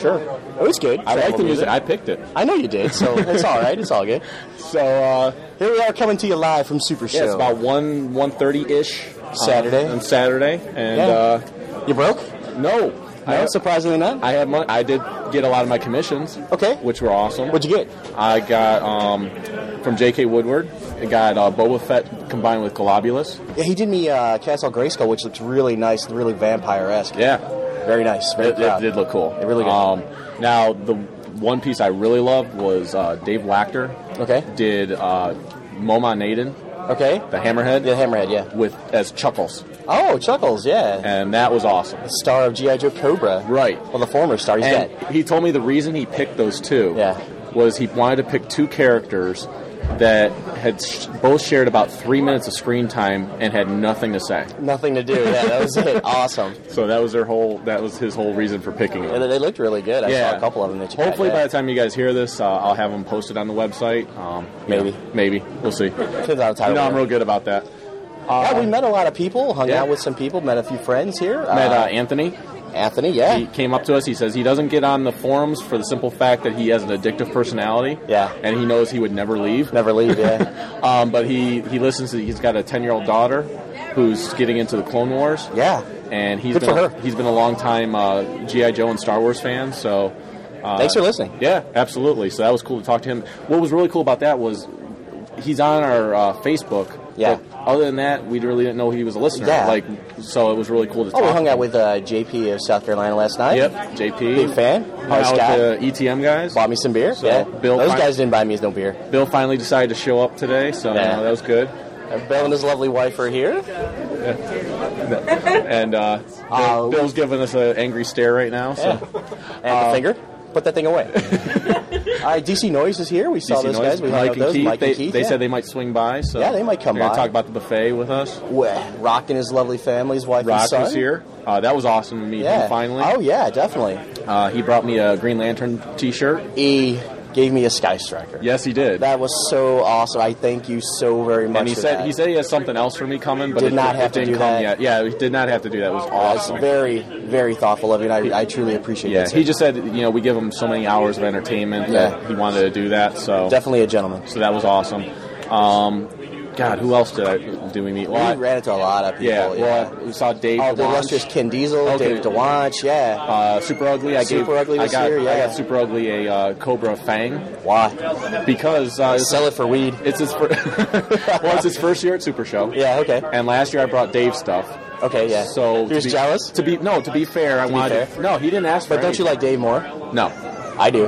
C: sure.
I: It was good.
C: I like the
I: Travel
C: music. I picked it.
I: I know you did, so it's all right. It's all good.
C: So uh,
I: Here we are coming to you live from Super
C: yeah,
I: Show.
C: it's about one one thirty ish
I: Uh-huh. Saturday.
C: on Saturday, and
I: you broke?
C: uh, no, I
I: No,
C: have,
I: surprisingly not.
C: I have mon- I did get a lot of my commissions.
I: Okay.
C: which were awesome.
I: What'd you get?
C: I got um, from J.K. Woodward. I got uh, Boba Fett combined with Globulus.
I: Yeah, he did me uh, Castle Grayskull, which looks really nice and really vampire esque.
C: Yeah,
I: Very nice. Very
C: It, it
I: proud.
C: did look cool.
I: It really did.
C: Um, now the one piece I really loved was uh, Dave Wachter.
I: Okay.
C: Did uh, Moma Naden,
I: Okay.
C: the Hammerhead,
I: The Hammerhead, yeah.
C: with as Chuckles,
I: Oh, Chuckles, yeah.
C: and that was awesome.
I: Star of G.I. Joe Cobra.
C: Right.
I: Well, the former star. He's
C: And
I: dead.
C: he told me the reason he picked those two
I: Yeah.
C: was he wanted to pick two characters that had sh- both shared about three minutes of screen time and had nothing to say.
I: Nothing to do. Yeah, that was it. Awesome.
C: So that was their whole. That was his whole reason for picking them.
I: Yeah, they looked really good. I saw a couple of them that you
C: Hopefully, by
I: got,
C: the time you guys hear this, uh, I'll have them posted on the website. Um, you
I: Maybe.
C: know, maybe we'll see.
I: yeah. Depends on the
C: You
I: title.
C: know, I'm real good about that.
I: yeah, we met a lot of people, hung
C: yeah.
I: out with some people, met a few friends here.
C: Met uh, Anthony.
I: Anthony, yeah.
C: He came up to us. He says he doesn't get on the forums for the simple fact that he has an addictive personality.
I: Yeah.
C: and he knows he would never leave.
I: Never leave, yeah.
C: Um, but he he listens. to He's got a 10 year old daughter who's getting into the Clone Wars.
I: yeah.
C: and he's
I: Good
C: been
I: for
C: a,
I: her.
C: he's been a long time uh, GI Joe and Star Wars fan. So uh,
I: Thanks for listening.
C: Yeah, absolutely. So that was cool to talk to him. What was really cool about that was he's on our uh, Facebook.
I: Yeah.
C: but other than that, we really didn't know he was a listener.
I: Yeah.
C: Like, so it was really cool to talk.
I: Oh, we hung
C: to
I: out
C: him.
I: with uh, JP of South Carolina last night.
C: Yep, JP.
I: Big fan.
C: Hung
I: Nice
C: out
I: guy.
C: with the ETM guys.
I: Bought me some beer.
C: So,
I: yeah.
C: Bill
I: Those
C: Pine-
I: guys didn't buy me no beer.
C: Bill finally decided to show up today, so
I: Yeah.
C: uh, that was good.
I: Uh, Bill and his lovely wife are here.
C: And uh,
I: Uh,
C: Bill- Bill's giving us an angry stare right now. So.
I: Yeah. And
C: Um,
I: the finger. Put that thing away. All right, DC Noise is here. We saw
C: DC
I: those
C: Noise,
I: guys. We hung
C: Mike and
I: out with those.
C: Keith.
I: Mike
C: they
I: and Keith.
C: they
I: yeah.
C: said they might swing by. So
I: Yeah, they might come
C: they're gonna
I: by.
C: Talk about the buffet with us.
I: Wah, Rock and his lovely family, his wife and
C: Rock
I: son.
C: was here. Uh, that was awesome to meet
I: Yeah.
C: him finally.
I: Oh yeah, definitely.
C: Uh, he brought me a Green Lantern T-shirt.
I: He gave me a Sky Striker.
C: Yes, he did.
I: That was so awesome. I thank you so very much.
C: and he
I: for
C: said
I: that.
C: he said he has something else for me coming, but
I: Did
C: it,
I: not
C: it
I: have to
C: didn't
I: do
C: come yet.
I: that.
C: Yeah, he did not have to do that. It was
I: that's
C: awesome.
I: very, very thoughtful of you, and I, I truly appreciate
C: yeah,
I: that.
C: he just said you know we give him so many hours of entertainment that
I: Yeah.
C: he wanted to do that. So
I: definitely a gentleman.
C: so that was awesome. Um, God, who else did I do we meet? Well, I-
I: we ran into a lot of people.
C: yeah, well, I- we saw Dave.
I: All Oh, the
C: Dewanch.
I: illustrious Ken Diesel,
C: Okay.
I: David DeWanch, yeah.
C: Uh, super ugly. I
I: Super
C: gave,
I: Ugly
C: I
I: was
C: got,
I: here,
C: I
I: yeah.
C: got super ugly a uh, cobra fang
I: Why?
C: because uh, it's,
I: Sell it for weed.
C: it's his fir- well, it's his first year at Super Show.
I: Yeah, okay.
C: And last year I brought Dave stuff.
I: Okay, yeah.
C: So
I: he was
C: to be,
I: jealous.
C: To be no, to be fair, I
I: be
C: wanted.
I: fair.
C: No, he didn't ask for.
I: But don't you like Dave more?
C: like? No,
I: I do.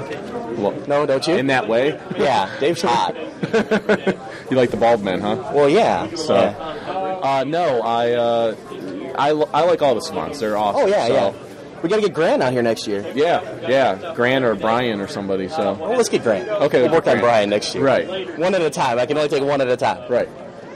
C: look
I: No, don't you?
C: in that way.
I: yeah, Dave's hot.
C: You like the bald men, huh?
I: Well, yeah.
C: So,
I: yeah.
C: uh, no, I, uh, I, li- I like all the Swans. They're awesome.
I: Oh yeah,
C: so-
I: yeah. We gotta get Grant out here next year.
C: yeah, yeah. Grant or Brian or somebody. So
I: Well, let's get Grant.
C: Okay,
I: we'll work on
C: Grant.
I: Brian next year.
C: right,
I: One at a time. I can only take one at a time.
C: right.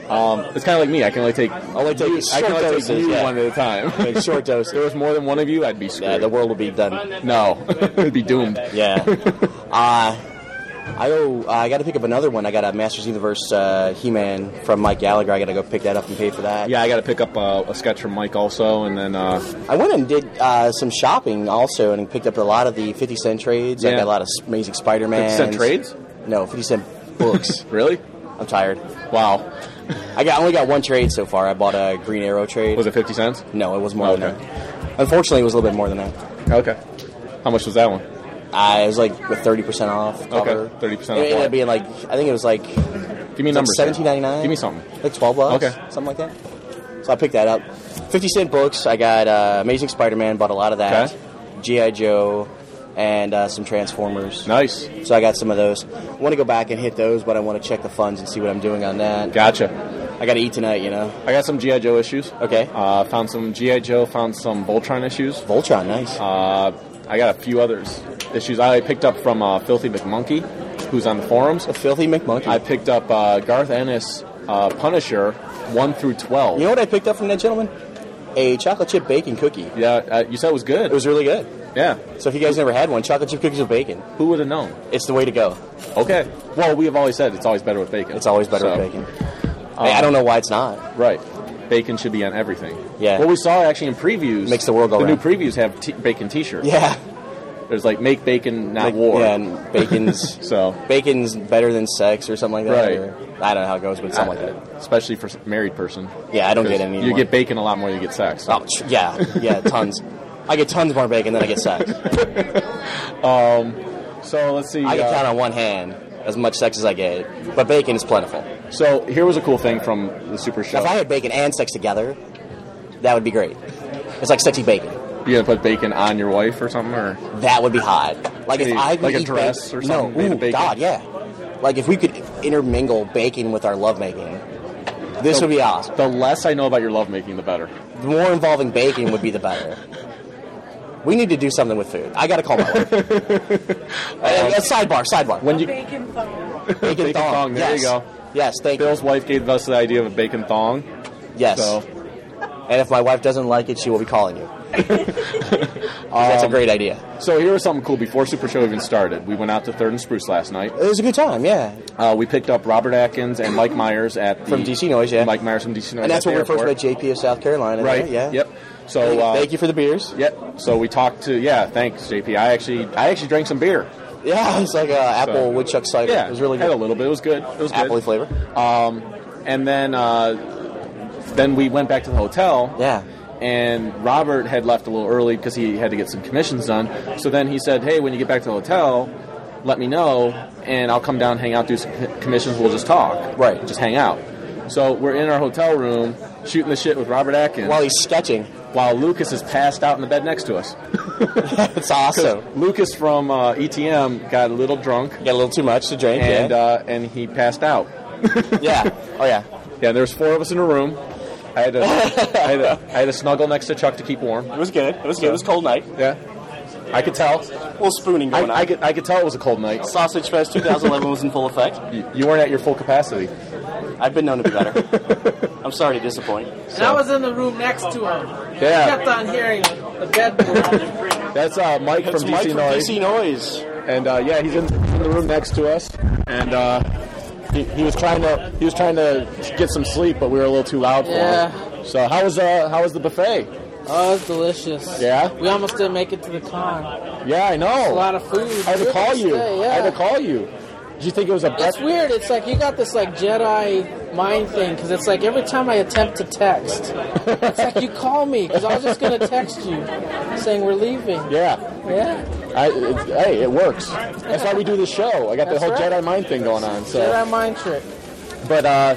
C: Um, it's kind of like me. I can only take I
I: only take
C: I can
I: short
C: only take
I: doses,
C: you
I: yeah.
C: one at a time.
I: Like, short dose.
C: If there was more than one of you, I'd be
I: Yeah,
C: screwed.
I: the world will be done.
C: uh, no, it'd be doomed.
I: Yeah. Uh, I owe, uh, I got to pick up another one. I got a Masters Universe uh, He-Man from Mike Gallagher. I got to go pick that up and pay for that.
C: Yeah, I got to pick up uh, a sketch from Mike also, and then uh,
I: I went and did uh, some shopping also and picked up a lot of the 50 cent trades. I
C: Yeah.
I: got a lot of amazing Spider-Man.
C: 50 cent trades?
I: No, 50 cent books.
C: really,
I: I'm tired.
C: wow,
I: I got only got one trade so far. I bought a Green Arrow trade.
C: was it fifty cents?
I: No, it was more
C: Oh,
I: than
C: okay.
I: that. Unfortunately, it was a little bit more than that.
C: Okay, how much was that one?
I: Uh, it was like thirty percent off. Cover.
C: 30%
I: It
C: off
I: ended
C: what?
I: up being like I think it was like
C: Give me numbers.
I: seventeen ninety nine.
C: Give me something.
I: Like twelve bucks.
C: Okay.
I: something like that. So I picked that up. Fifty cent books. I got uh, Amazing Spider Man. Bought a lot of that.
C: Okay.
I: GI Joe, and uh, some Transformers.
C: Nice.
I: So I got some of those. I want to go back and hit those, but I want to check the funds and see what I'm doing on that.
C: Gotcha.
I: I got to eat tonight, you know.
C: I got some GI Joe issues.
I: Okay.
C: Uh, found some GI Joe. Found some Voltron issues.
I: Voltron, nice.
C: Uh, I got a few others issues I picked up from uh, Filthy McMonkey, who's on the forums.
I: a filthy McMonkey.
C: I picked up uh, Garth Ennis uh, Punisher one through twelve.
I: You know what I picked up from that gentleman? A chocolate chip bacon cookie. It
C: Yeah, uh, you said it was good.
I: was really good.
C: yeah.
I: So if you guys never had one, chocolate chip cookies with bacon,
C: Who would have known?
I: it's the way to go.
C: Okay. Well, we have always said it's always better with bacon.
I: It's always better
C: So, um,
I: with bacon. Hey, I don't know why it's not.
C: Right. Bacon should be on everything.
I: Yeah.
C: What we saw actually in previews
I: Makes the world go
C: The
I: round.
C: new previews have t- bacon T-shirts.
I: Yeah.
C: There's like make bacon, not
I: Like,
C: war.
I: Yeah, and bacon's
C: So
I: bacon's better than sex or something like that.
C: Right.
I: or- I don't know how it goes, but something like that.
C: Especially for a married person.
I: Yeah, I don't get
C: 'Cause
I: any.
C: You
I: more.
C: get bacon a lot more than you get sex.
I: Oh, tr- yeah, yeah, tons. I get tons more bacon than I get sex.
C: So let's see.
I: I can
C: uh,
I: count on one hand as much sex as I get, but bacon is plentiful.
C: so here was a cool thing from the Super Show.
I: Now, if I had bacon and sex together, that would be great. It's like sexy bacon.
C: You're gonna put bacon on your wife or something, or
I: That would be hot. Like if
C: Hey,
I: I could
C: like a
I: eat
C: dress
I: bacon-
C: or something
I: No,
C: made of
I: ooh,
C: bacon.
I: God, yeah. Like if we could intermingle bacon with our lovemaking, this would be awesome.
C: the less I know about your lovemaking, the better.
I: The more involving bacon would be the better. We need to do something with food. I got to call my wife. Uh, uh, sidebar, sidebar.
C: When you
H: Bacon phone.
C: bacon thong, there
I: yes.
C: you go.
I: Yes, thank
C: Bill's wife gave us the idea of a bacon thong,
I: you. Yes.
C: so
I: And if my wife doesn't like it, she will be calling you.
C: Um,
I: 'Cause that's a great idea.
C: so here was something cool. Before Super Show even started, we went out to Third and Spruce last night.
I: It was a good time, yeah.
C: Uh, we picked up Robert Atkins and Mike Myers at the,
I: From DC Noise, yeah.
C: Mike Myers from DC Noise,
I: And that's
C: at
I: where we
C: the
I: first met
C: airport.
I: JP of South Carolina.
C: Right.
I: Yeah.
C: Yep. So uh,
I: Thank you for the beers.
C: Yep. So we talked to yeah. Thanks, JP. I actually I actually drank some beer.
I: Yeah, it's like uh, apple
C: So-
I: woodchuck cider.
C: Yeah,
I: it was really
C: Had a
I: good.
C: little bit. It was good. It was
I: Apple
C: good.
I: flavor.
C: And then uh, then we went back to the hotel.
I: Yeah.
C: And Robert had left a little early because he had to get some commissions done. So then he said, "Hey, when you get back to the hotel, let me know, and I'll come down, hang out, do some co- commissions. We'll just talk.
I: Right.
C: Just hang out." So we're in our hotel room shooting the shit with Robert Atkins
I: While he's sketching,
C: while Lucas is passed out in the bed next to us.
I: it's awesome.
C: Lucas from uh, ETM got a little drunk
I: Got a little too much to drink.
C: and
I: yeah.
C: uh, and he passed out.
I: yeah. Oh yeah.
C: Yeah, there's four of us in a room. I had to, I had to, I had to snuggle next to Chuck to keep warm.
I: It was good. It was good. It was a cold night.
C: Yeah, I could tell.
I: little spooning
C: I, I could, I could tell it was a cold night.
I: Sausage Fest 2011 was in full effect.
C: You, you weren't at your full capacity.
I: I've been known to be better. I'm sorry to disappoint.
H: And I was in the room next to him. I kept
C: Yeah,
H: on hearing the bed boom.
C: that's uh, Mike from DC Noise,
I: Noise.
C: and uh, yeah, he's in the room next to us, and uh, he, he was trying to he was trying to get some sleep, but we were a little too loud for
H: Yeah.
C: him. So how was uh, how was the buffet?
H: Oh, it's delicious.
C: Yeah?
H: We almost didn't make it to the con.
C: Yeah, I know.
H: A lot of food.
C: I had to call you.
H: Yeah, yeah.
C: I had to call you. Did you think it was a
H: It's
C: breakfast?
H: weird. It's like you got this like Jedi mind thing because it's like every time I attempt to text, it's like you call me because I was just gonna text you saying we're leaving.
C: Yeah.
H: Yeah,
C: I, it, hey, it works. That's why we do this show. I got the
H: That's
C: whole
H: right.
C: Jedi mind thing going on. So,
H: Jedi mind trick.
C: but uh,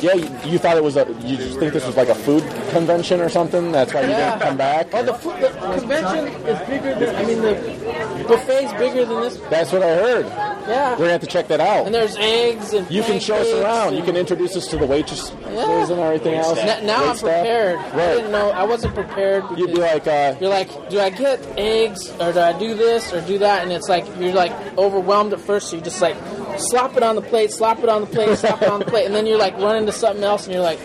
I: yeah, you, you thought it was a. You just think this was like a food convention or something. That's why you didn't come back.
H: Oh, the, food, the convention is bigger than, I mean, the buffet's bigger than this.
I: That's what I heard. We're
H: Yeah.
I: gonna have to check that out.
H: And there's eggs and
I: You can show us
H: pancakes
I: around.
H: and-
I: You can introduce us to the waitresses and everything else.
H: N- now
I: Wait
H: I'm
I: staff.
H: prepared. I didn't
I: Right.
H: know. I wasn't prepared.
I: You'd be
H: because
I: like, uh,
H: you're like, do I get eggs or do I do this or do that? And it's like you're like overwhelmed at first. So you just like slop it on the plate, slop it on the plate, slop it on the plate, and then you're like running to something else, and you're like,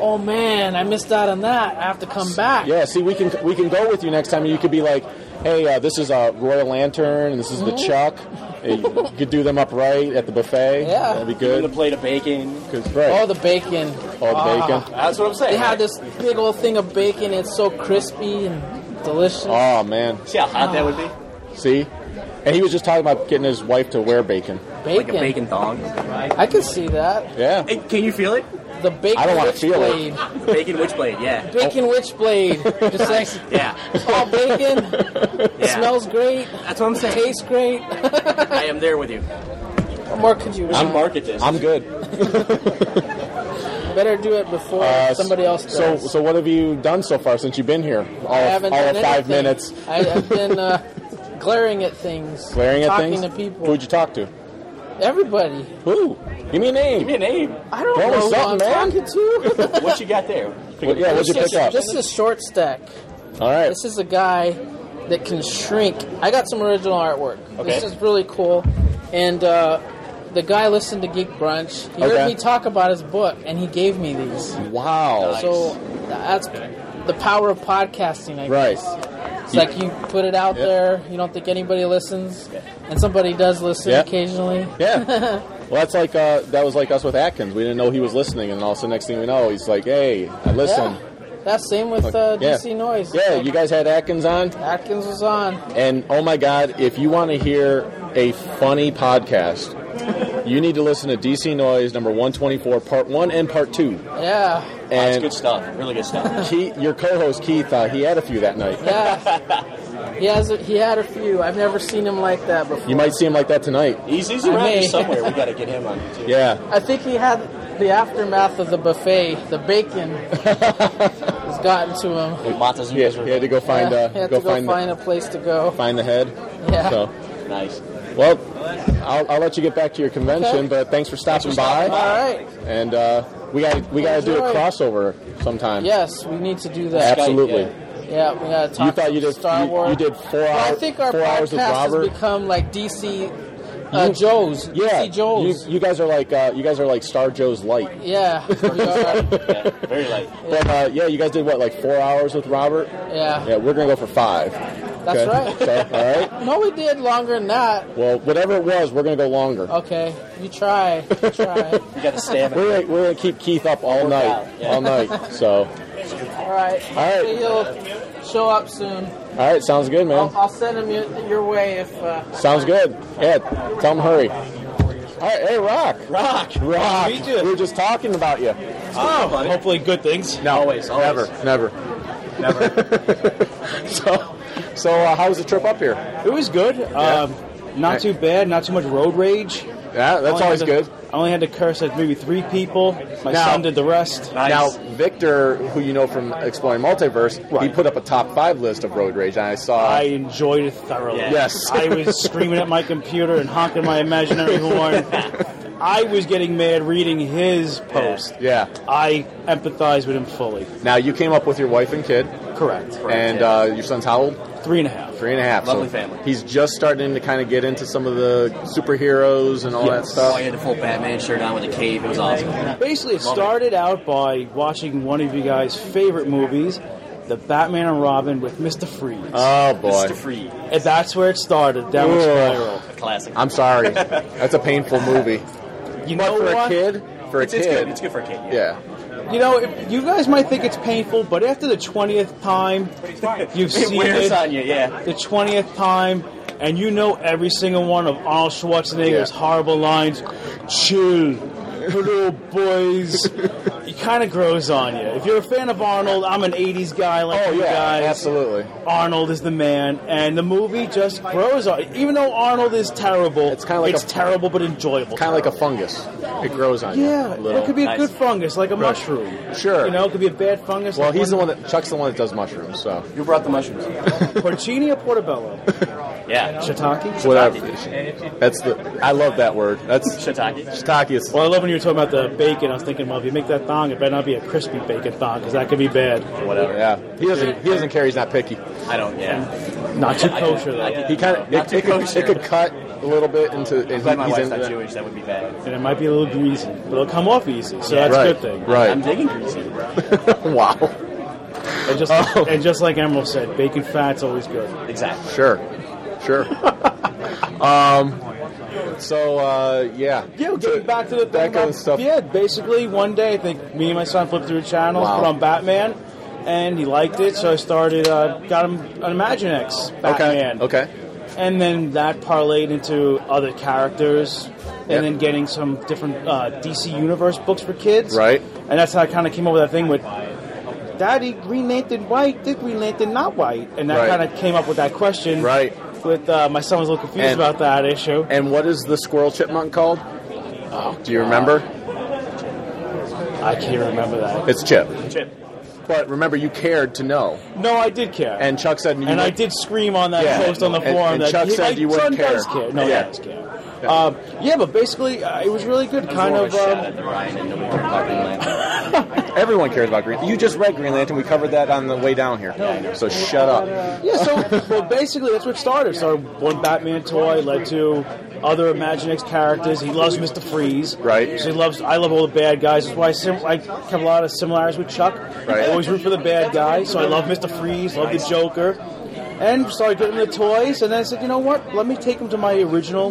H: oh man, I missed out on that. I have to come back.
I: yeah. See, we can we can go with you next time. and You could be like, hey, uh, this is a uh, Royal Lantern. and This is
H: Mm-hmm.
I: the Chuck. Uh, you could do them upright at the buffet.
H: Yeah.
I: that'd be
J: Give him a
I: good.
J: plate of bacon.
I: 'Cause- right.
H: Oh, the bacon.
I: All
H: Ah.
I: bacon.
J: That's what I'm saying.
H: They had
J: right?
H: this big old thing of bacon. It's so crispy and delicious.
I: Oh man,
J: See how hot that would be?
H: Oh.
I: see, and he was just talking about getting his wife to wear bacon.
H: bacon.
J: Like a bacon thong.
H: I could see that.
I: Yeah,
J: Hey, can you feel it?
H: The bacon.
I: I don't wanna
H: witch
I: feel it. Oh.
H: blade.
J: Bacon which blade? Yeah.
H: Bacon witch blade. Just like
J: Yeah.
H: all bacon.
J: yeah.
H: Smells great.
J: That's what I'm saying.
H: Tastes great. what
J: I am there with you.
H: more could you?
J: I'm
H: want?
J: market this.
I: I'm good.
H: Better do it before
I: Uh,
H: somebody else
I: So,
H: does.
I: so what have you done so far since you've been here? All,
H: I haven't
I: all
H: done
I: of
H: anything.
I: five minutes.
H: I, I've been uh, glaring at things.
I: Glaring at
H: talking
I: things.
H: to people.
I: Who'd you talk to?
H: Everybody.
I: Who? Give me a name.
J: Give me a name.
H: I don't
I: Throw
H: know
I: us
H: who
I: up,
H: I'm
I: man.
H: talking to.
J: What you got there?
I: What- yeah, what'd you
H: This
I: pick
H: is-
I: up?
H: This is short stack.
I: All right.
H: This is a guy that can shrink. I got some original artwork. This
J: Okay.
H: is really cool. And uh, the guy listened to Geek Brunch. He
I: Okay.
H: heard me talk about his book, and he gave me these.
I: wow.
H: So that's the power of podcasting, I
I: right.
H: guess. It's like you put it out
I: Yeah.
H: there, you don't think anybody listens, and somebody does listen
I: Yeah.
H: occasionally.
I: Yeah. well, that's like uh, that was like us with Atkins. We didn't know he was listening, and also next thing we know, he's like, "Hey, I listen."
H: Yeah. That's same with uh,
I: Yeah.
H: DC Noise. It's
I: Yeah,
H: like
I: you guys had Atkins on.
H: Atkins was on.
I: And oh my God, if you want to hear a funny podcast, you need to listen to DC Noise number 124, part one and part two.
H: Yeah,
J: That's
I: And
J: good stuff. Really good stuff.
I: Keith, your co host Keith, uh, he had a few that night.
H: yeah. he has. A, he had a few. I've never seen him like that before.
I: You might see him like that tonight.
J: He's, he's
H: I
J: around
H: may.
J: here somewhere. We got to get him on too.
I: Yeah.
H: I think he had the aftermath of the buffet. The bacon has gotten to him.
I: Yeah,
J: Montezuma's
I: he had to go find
H: yeah,
I: uh,
H: he had
I: go
H: to go
I: find
H: find,
I: the,
H: a place to go.
I: find the head.
H: Yeah.
I: So,
J: nice.
I: well, I'll, I'll let you get back to your convention,
H: Okay.
I: but thanks for stopping by.
H: All right.
I: And uh, we got we got to do a
H: Enjoy.
I: crossover sometime.
H: Yes, we need to do that.
I: Absolutely.
J: Skype,
H: Yeah, we gotta talk.
I: You thought you did
H: Star
I: you-
H: Wars.
I: You, did four,
H: Well, I
I: hour-
H: think our
I: four hours with
H: podcast
I: Robert.
H: has become like DC uh,
I: You-
H: Joe's.
I: Yeah,
H: DC Joe's.
I: You, you guys are like uh, you guys are like Star Joe's light.
H: yeah. we are.
J: Yeah, very light.
I: But uh, yeah, you guys did what like four hours with Robert.
H: yeah.
I: Yeah, we're gonna go for five.
H: That's
I: Okay?
H: right.
I: So, all right.
H: No, we did longer than that.
I: Well, whatever it was, we're gonna go longer.
H: Okay, you try. You try.
J: You got the stamina.
I: We're gonna, we're gonna keep Keith up all night,
J: out, yeah.
I: all night. So,
H: All right. All
I: right.
H: You'll show up soon.
I: all right, sounds good, man.
H: I'll, I'll send him your, your way if. Uh,
I: Sounds good. Yeah, tell him hurry. All right, hey, Rock.
J: Rock.
I: Rock.
J: Meet
I: We
J: you.
I: were just talking about you.
J: Oh, buddy.
D: Hopefully, good things.
I: No,
J: Always, always.
I: never, never. so, so uh, how was the trip up here?
D: It was good. Um, not too bad. Not too much road rage.
I: Yeah, that's
D: Only
I: always
D: had to-
I: good.
D: I only had to curse at maybe three people. My
I: Now-
D: son did the rest.
I: Now, Victor, who you know from Exploring Multiverse, he
D: Right.
I: put up a top five list of road rage, and I saw.
D: I enjoyed it thoroughly.
J: Yeah.
I: Yes.
D: I was screaming at my computer and honking my imaginary horn. I was getting mad reading his post.
I: yeah.
D: I empathize with him fully.
I: Now you came up with your wife and kid,
D: Correct.
I: and
J: yeah.
I: uh, your son's how old?
D: Three and a half.
I: Three and a half.
J: Lovely
I: so
J: family.
I: He's just starting to kind of get into some of the superheroes and all that
J: Oh, I
I: stuff.
J: had the full Batman shirt on with a cape. It was awesome.
D: Basically, it
J: Love it.
D: started out by watching one of you guys' favorite movies, The Batman and Robin with Mr. Freeze.
I: Oh boy.
J: Mr. Free.
D: and that's where it started. That was
I: Ugh.
D: viral.
J: Classic.
I: I'm sorry. That's a painful movie.
D: You
I: But
D: know
I: for a
D: what?
I: kid, for a
J: it's, it's
I: kid,
J: good. It's good for a kid. Yeah.
I: yeah.
D: You know, if, you guys might think it's painful, but after the twentieth time, you've
J: It
D: seen
J: wears
D: it.
J: on you, yeah.
D: The twentieth time, and you know every single one of Arnold Schwarzenegger's
I: Yeah.
D: horrible lines. Chill,
H: good old boys. It kind of grows on you. If you're a fan of Arnold, I'm an '80s guy, like you guys.
I: absolutely.
H: Arnold is the man, and the movie just grows on. Even though Arnold is terrible, it's kind of
I: like
H: it's
I: a-
H: terrible but enjoyable.
I: Kind of like a fungus. It grows on you.
H: Yeah, it could be a good fungus, like a mushroom.
I: Sure.
H: You know, it could be a bad fungus.
I: Well,
H: like
I: he's the one that Chuck's the one that does mushrooms. So you brought the mushrooms.
H: Porcini or portobello?
I: Yeah,
H: Shiitake?
I: Whatever. That's the. I love that word. That's shiitake. Shiitake is.
H: Well, I love when you were talking about the bacon. I was thinking, well, if you make that thong, it better not be a crispy bacon thong, because that could be bad.
I: Whatever. Yeah. He doesn't. He doesn't care. He's not picky. I don't.
H: Yeah. Not too kosher, though.
I: He kind of. It,
H: Not too
I: it, could,
H: kosher.
I: it could cut a little bit into. And he- he's into that.
H: That would be bad. And it might be a little greasy, but it'll come off easy, so that's
I: right.
H: a good thing.
I: Right.
H: greasy.
I: wow.
H: And just, and just like Emerald said, bacon fat's always good. Exactly.
I: Sure. Sure. um. So uh, yeah.
H: Yeah, getting back to the thing that
I: kind of stuff.
H: Yeah, basically one day I think me and my son flipped through channels,
I: Wow.
H: put on Batman, and he liked it, so I started uh, got him an Imaginex Batman.
I: Okay.
H: And then that parlayed into other characters, and
I: Yep.
H: then getting some different uh, DC Universe books for kids.
I: Right.
H: And that's how I kind of came up with that thing with Daddy Green Lantern white, did Green Lantern not white, and that
I: Right.
H: kind of came up with that question.
I: Right.
H: With uh, my son was a little confused
I: And-
H: about that issue.
I: And what is the squirrel chipmunk called? Oh, do you remember?
H: I can't remember that.
I: It's Chip.
H: Chip.
I: But remember, you cared to know.
H: No, I did care.
I: And Chuck said, you
H: and I
I: might-
H: did scream on that
I: Yeah.
H: post on the
I: And-
H: forum
I: and
H: that
I: Chuck
H: he-
I: said
H: my
I: you
H: son
I: wouldn't care.
H: does care. No,
I: Yeah.
H: yeah. does care. Um, yeah, but basically, uh, it was really good. Kind of. Um,
I: Everyone cares about Green. You just read Green Lantern. We covered that on the way down here. So shut up.
H: yeah, so well, basically, that's what started. Started one Batman toy led to other Imaginex characters. He loves Mister Freeze.
I: Right.
H: So he loves. I love all the bad guys. That's why I, sim- I have a lot of similarities with Chuck.
I: Right.
H: I always root for the bad guy. So I love Mister Freeze. Love the Joker. And started getting the toys, and then I said, you know what? Let me take him to my original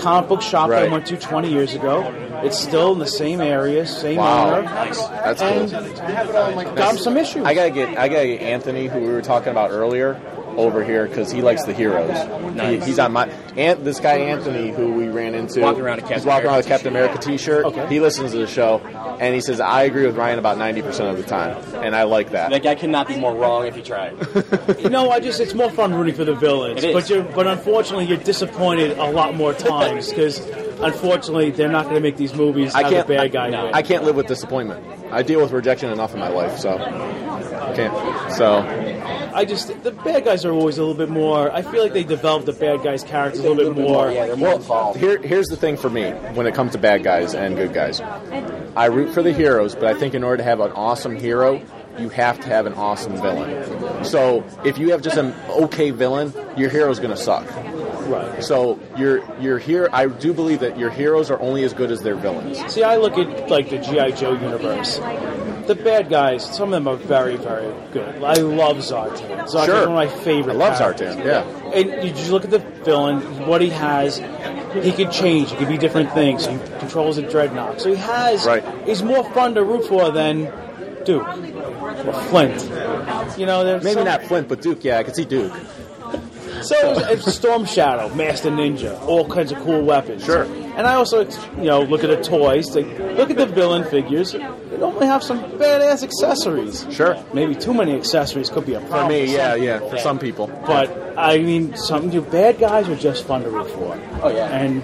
H: comic book shop that
I: Right.
H: I went to 20 years ago. It's still in the same area, same
I: Wow.
H: owner.
I: Nice. That's
H: and
I: cool.
H: Got him some issues.
I: I gotta get I gotta get Anthony, who we were talking about earlier, over here because he likes the heroes. He,
D: Nice.
I: he's on my and this guy Anthony, who we ran into,
D: Walking around with
I: he's
D: Captain
I: walking around with
D: America
I: Captain America T-shirt. He listens to the show, and he says I agree with Ryan about ninety percent of the time, and I like that.
D: That guy could not be more wrong if he tried.
H: You know, I just it's more fun rooting for the villains,
D: It is.
H: but you're but unfortunately you're disappointed a lot more times because unfortunately they're not going to make these movies.
I: I
H: have the
I: can't.
H: bad guy.
I: I,
H: win.
I: I can't live with disappointment. I deal with rejection enough in my life, so can't. So
H: I just the bad guys are always a little bit more. I feel like they develop the bad guys' characters a little, bit more.
I: well, Here, here's the thing for me when it comes to bad guys and good guys. I root for the heroes, but I think in order to have an awesome hero, you have to have an awesome villain. So if you have just an okay villain, your hero's gonna suck.
H: Right.
I: So your your here, I do believe that your heroes are only as good as their villains.
H: See, I look at like the GI Joe universe. The bad guys, some of them are very, very good. I love Zartan. Zartan's
I: Sure.
H: one of my favorite.
I: I love
H: characters.
I: Zartan, yeah.
H: And you just look at the villain, what he has. He can change. He can be different things. He controls a dreadnought, so he has.
I: Right.
H: He's more fun to root for than Duke or Flint. You know, there's
I: Maybe
H: some-
I: not Flint, but Duke. Yeah, I could see Duke.
H: So it's Storm Shadow, Master Ninja, all kinds of cool weapons. Sure. And I also, you know, look at the toys. Like, look at the villain figures. They normally have some badass accessories. Sure. Maybe too many accessories could be a problem.
I: For me, yeah,
H: some
I: yeah.
H: people.
I: For some people,
H: But I mean, some you bad guys are just fun to root for. Oh yeah. And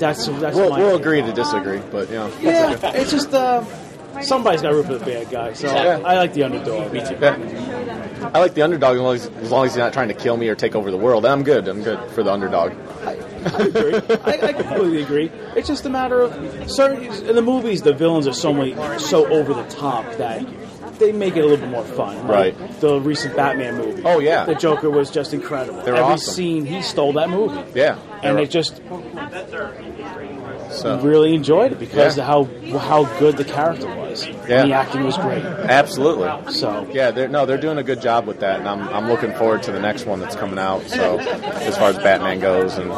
H: that's that's
I: we'll,
H: my
I: we'll agree to disagree. But you know,
H: yeah. It's just uh, somebody's got to root for the bad guy. So
I: Yeah.
H: I like the underdog. Me too.
I: I like the underdog as long as, as long as he's not trying to kill me or take over the world. I'm good. I'm good for the underdog.
H: I, I completely agree. It's just a matter of certain in the movies, the villains are so many, so over the top that they make it a little bit more fun. like The recent Batman movie.
I: Oh, yeah.
H: The Joker was just incredible.
I: They were
H: Every
I: awesome.
H: scene he stole that movie,
I: Yeah.
H: and it just
I: So-
H: really enjoyed it because
I: Yeah.
H: of how how good the character was.
I: Yeah.
H: And the acting was great.
I: Absolutely.
H: So
I: yeah, they're, no, they're doing a good job with that, and I'm I'm looking forward to the next one that's coming out. So as far as Batman goes, and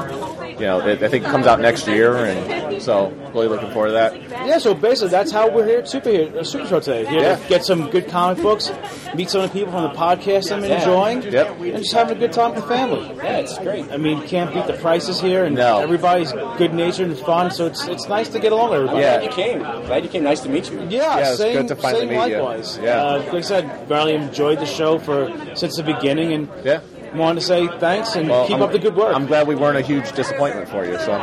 I: you know, it, I think it comes out next year, and so really looking forward to that.
H: Yeah, so basically that's how we're here at Super, uh, Super Show today. Here to get some good comic books, meet some of the people from the podcast I'm
I: Yeah.
H: enjoying,
I: Yep.
H: and just having a good time with the family. Yeah, it's great. I mean, you can't beat the prices here, and
I: No.
H: everybody's good natured and fun, so it's it's nice to get along with everybody.
C: Glad you came. Glad you came. Nice to meet you.
H: Yeah,
C: it's
H: same, same likewise. Uh, like I said, really enjoyed the show for since the beginning, and
I: yeah.
H: wanted to say thanks and
I: Well,
H: keep
I: I'm-
H: up the good work.
I: I'm glad we weren't a huge disappointment for you. So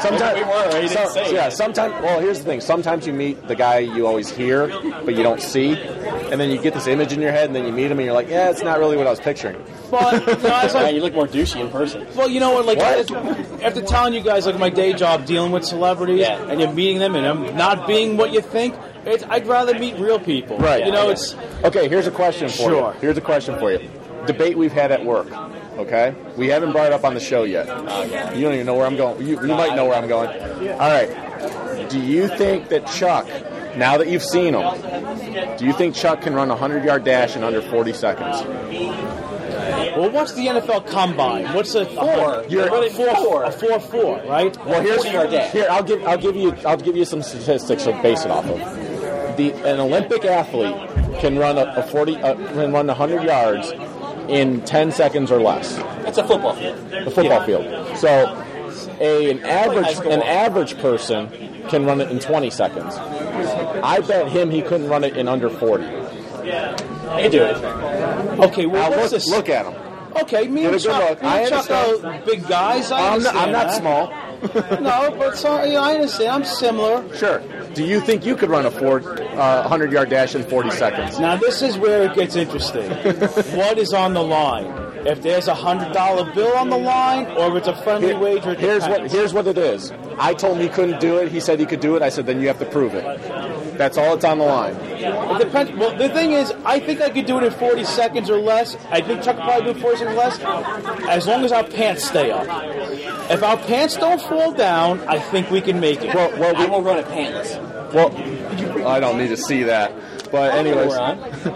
I: sometimes
C: We were, right? You didn't
I: so-
C: say.
I: yeah, sometimes. Well, here's the thing. Sometimes you meet the guy you always hear, but you don't see, and then you get this image in your head, and then you meet him, and you're like, yeah, it's not really what I was picturing.
H: But no, it's like-
C: you look more douchey in person.
H: Well, you know what? Like after telling you guys, like my day job, dealing with celebrities, and you're meeting them, and I'm not being what you think. It's, I'd rather meet real people.
I: Right.
H: You know,
I: Okay.
H: it's
I: okay. Here's a question for
H: Sure.
I: you. Here's a question for you. Debate we've had at work. Okay, we haven't brought it up on the show yet. You don't even know where I'm going. You, you might know where I'm going. All right. Do you think that Chuck, now that you've seen him, do you think Chuck can run a hundred yard dash in under forty seconds?
H: well, what's the NFL Combine? What's a 4
I: You're-
H: You're really four, four, a four, four, right?
I: Well, here's here. I'll give I'll give you I'll give you some statistics to base it off of. The an Olympic athlete can run a, a forty uh, can run hundred yards in ten seconds or less.
C: That's a football field.
I: The football field. So. A, an
C: High
I: average
C: school
I: an
C: ball.
I: average person can run it in 20 seconds. I bet him he couldn't run it in under 40.
C: He do it.
H: Okay, well,
I: Now,
H: what's
I: look-
H: this?
I: look at him.
H: Okay, me
I: Get
H: and
I: a good
H: Chuck,
I: look.
H: me
I: I
H: and Chuck
I: understand.
H: are big guys. I
I: I'm not- I'm not small.
H: small. no, but so, you know, I understand. I'm similar.
I: Sure. Do you think you could run a four, uh, 100 yard dash in 40 seconds?
H: Now this is where it gets interesting. what is on the line? If there's a hundred dollar bill on the line, or if it's a friendly wager, it
I: Here's what
H: depends.
I: here's what it is. I told him he couldn't do it. He said he could do it. I said then you have to prove it. That's all it's on the line.
H: It depends. Well, the thing is, I think I could do it in 40 seconds or less. I think Chuck could probably do it 40 seconds or less, as long as our pants stay up. If our pants don't fall down, I think we can make it. Well,
I: well we
C: will run a pants.
I: Well, I don't need to see that. But anyways.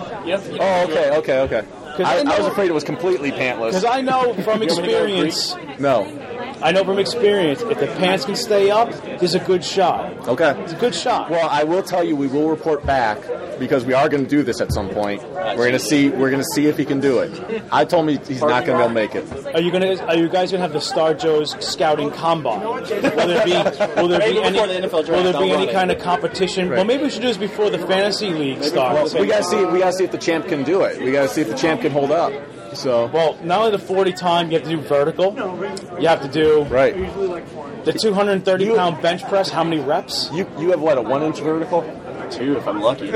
I: Oh, okay, okay, okay.
H: 'Cause
I: I,
H: I
I: I was
H: know-
I: afraid it was completely pantless.
H: Because I know from
I: You want me to go
H: experience.
I: No.
H: I know from experience, if the pants can stay up, there's a good shot.
I: Okay.
H: It's a good shot.
I: Well, I will tell you, we will report back because we are going to do this at some point. We're going to see. We're going to see if he can do it. I told him he- he's not going to be able to make it.
H: Are you gonna? Are you guys gonna have the Star Joe's scouting combine? Will there be? Will there
C: Maybe
H: be any?
C: before the NFL draft,
H: will there be
C: I'll
H: any
C: run it.
H: kind of competition? Well, maybe we should do this before the fantasy league
I: Well,
H: starts.
I: we got to see. We got to see if the champ can do it. We got to see if the champ can hold up. So.
H: Well, not only the forty time, you have to do vertical. You have to do
I: right.
H: The two hundred and thirty pound bench press. How many reps?
I: You you have what a one inch vertical?
C: Two, if I'm lucky.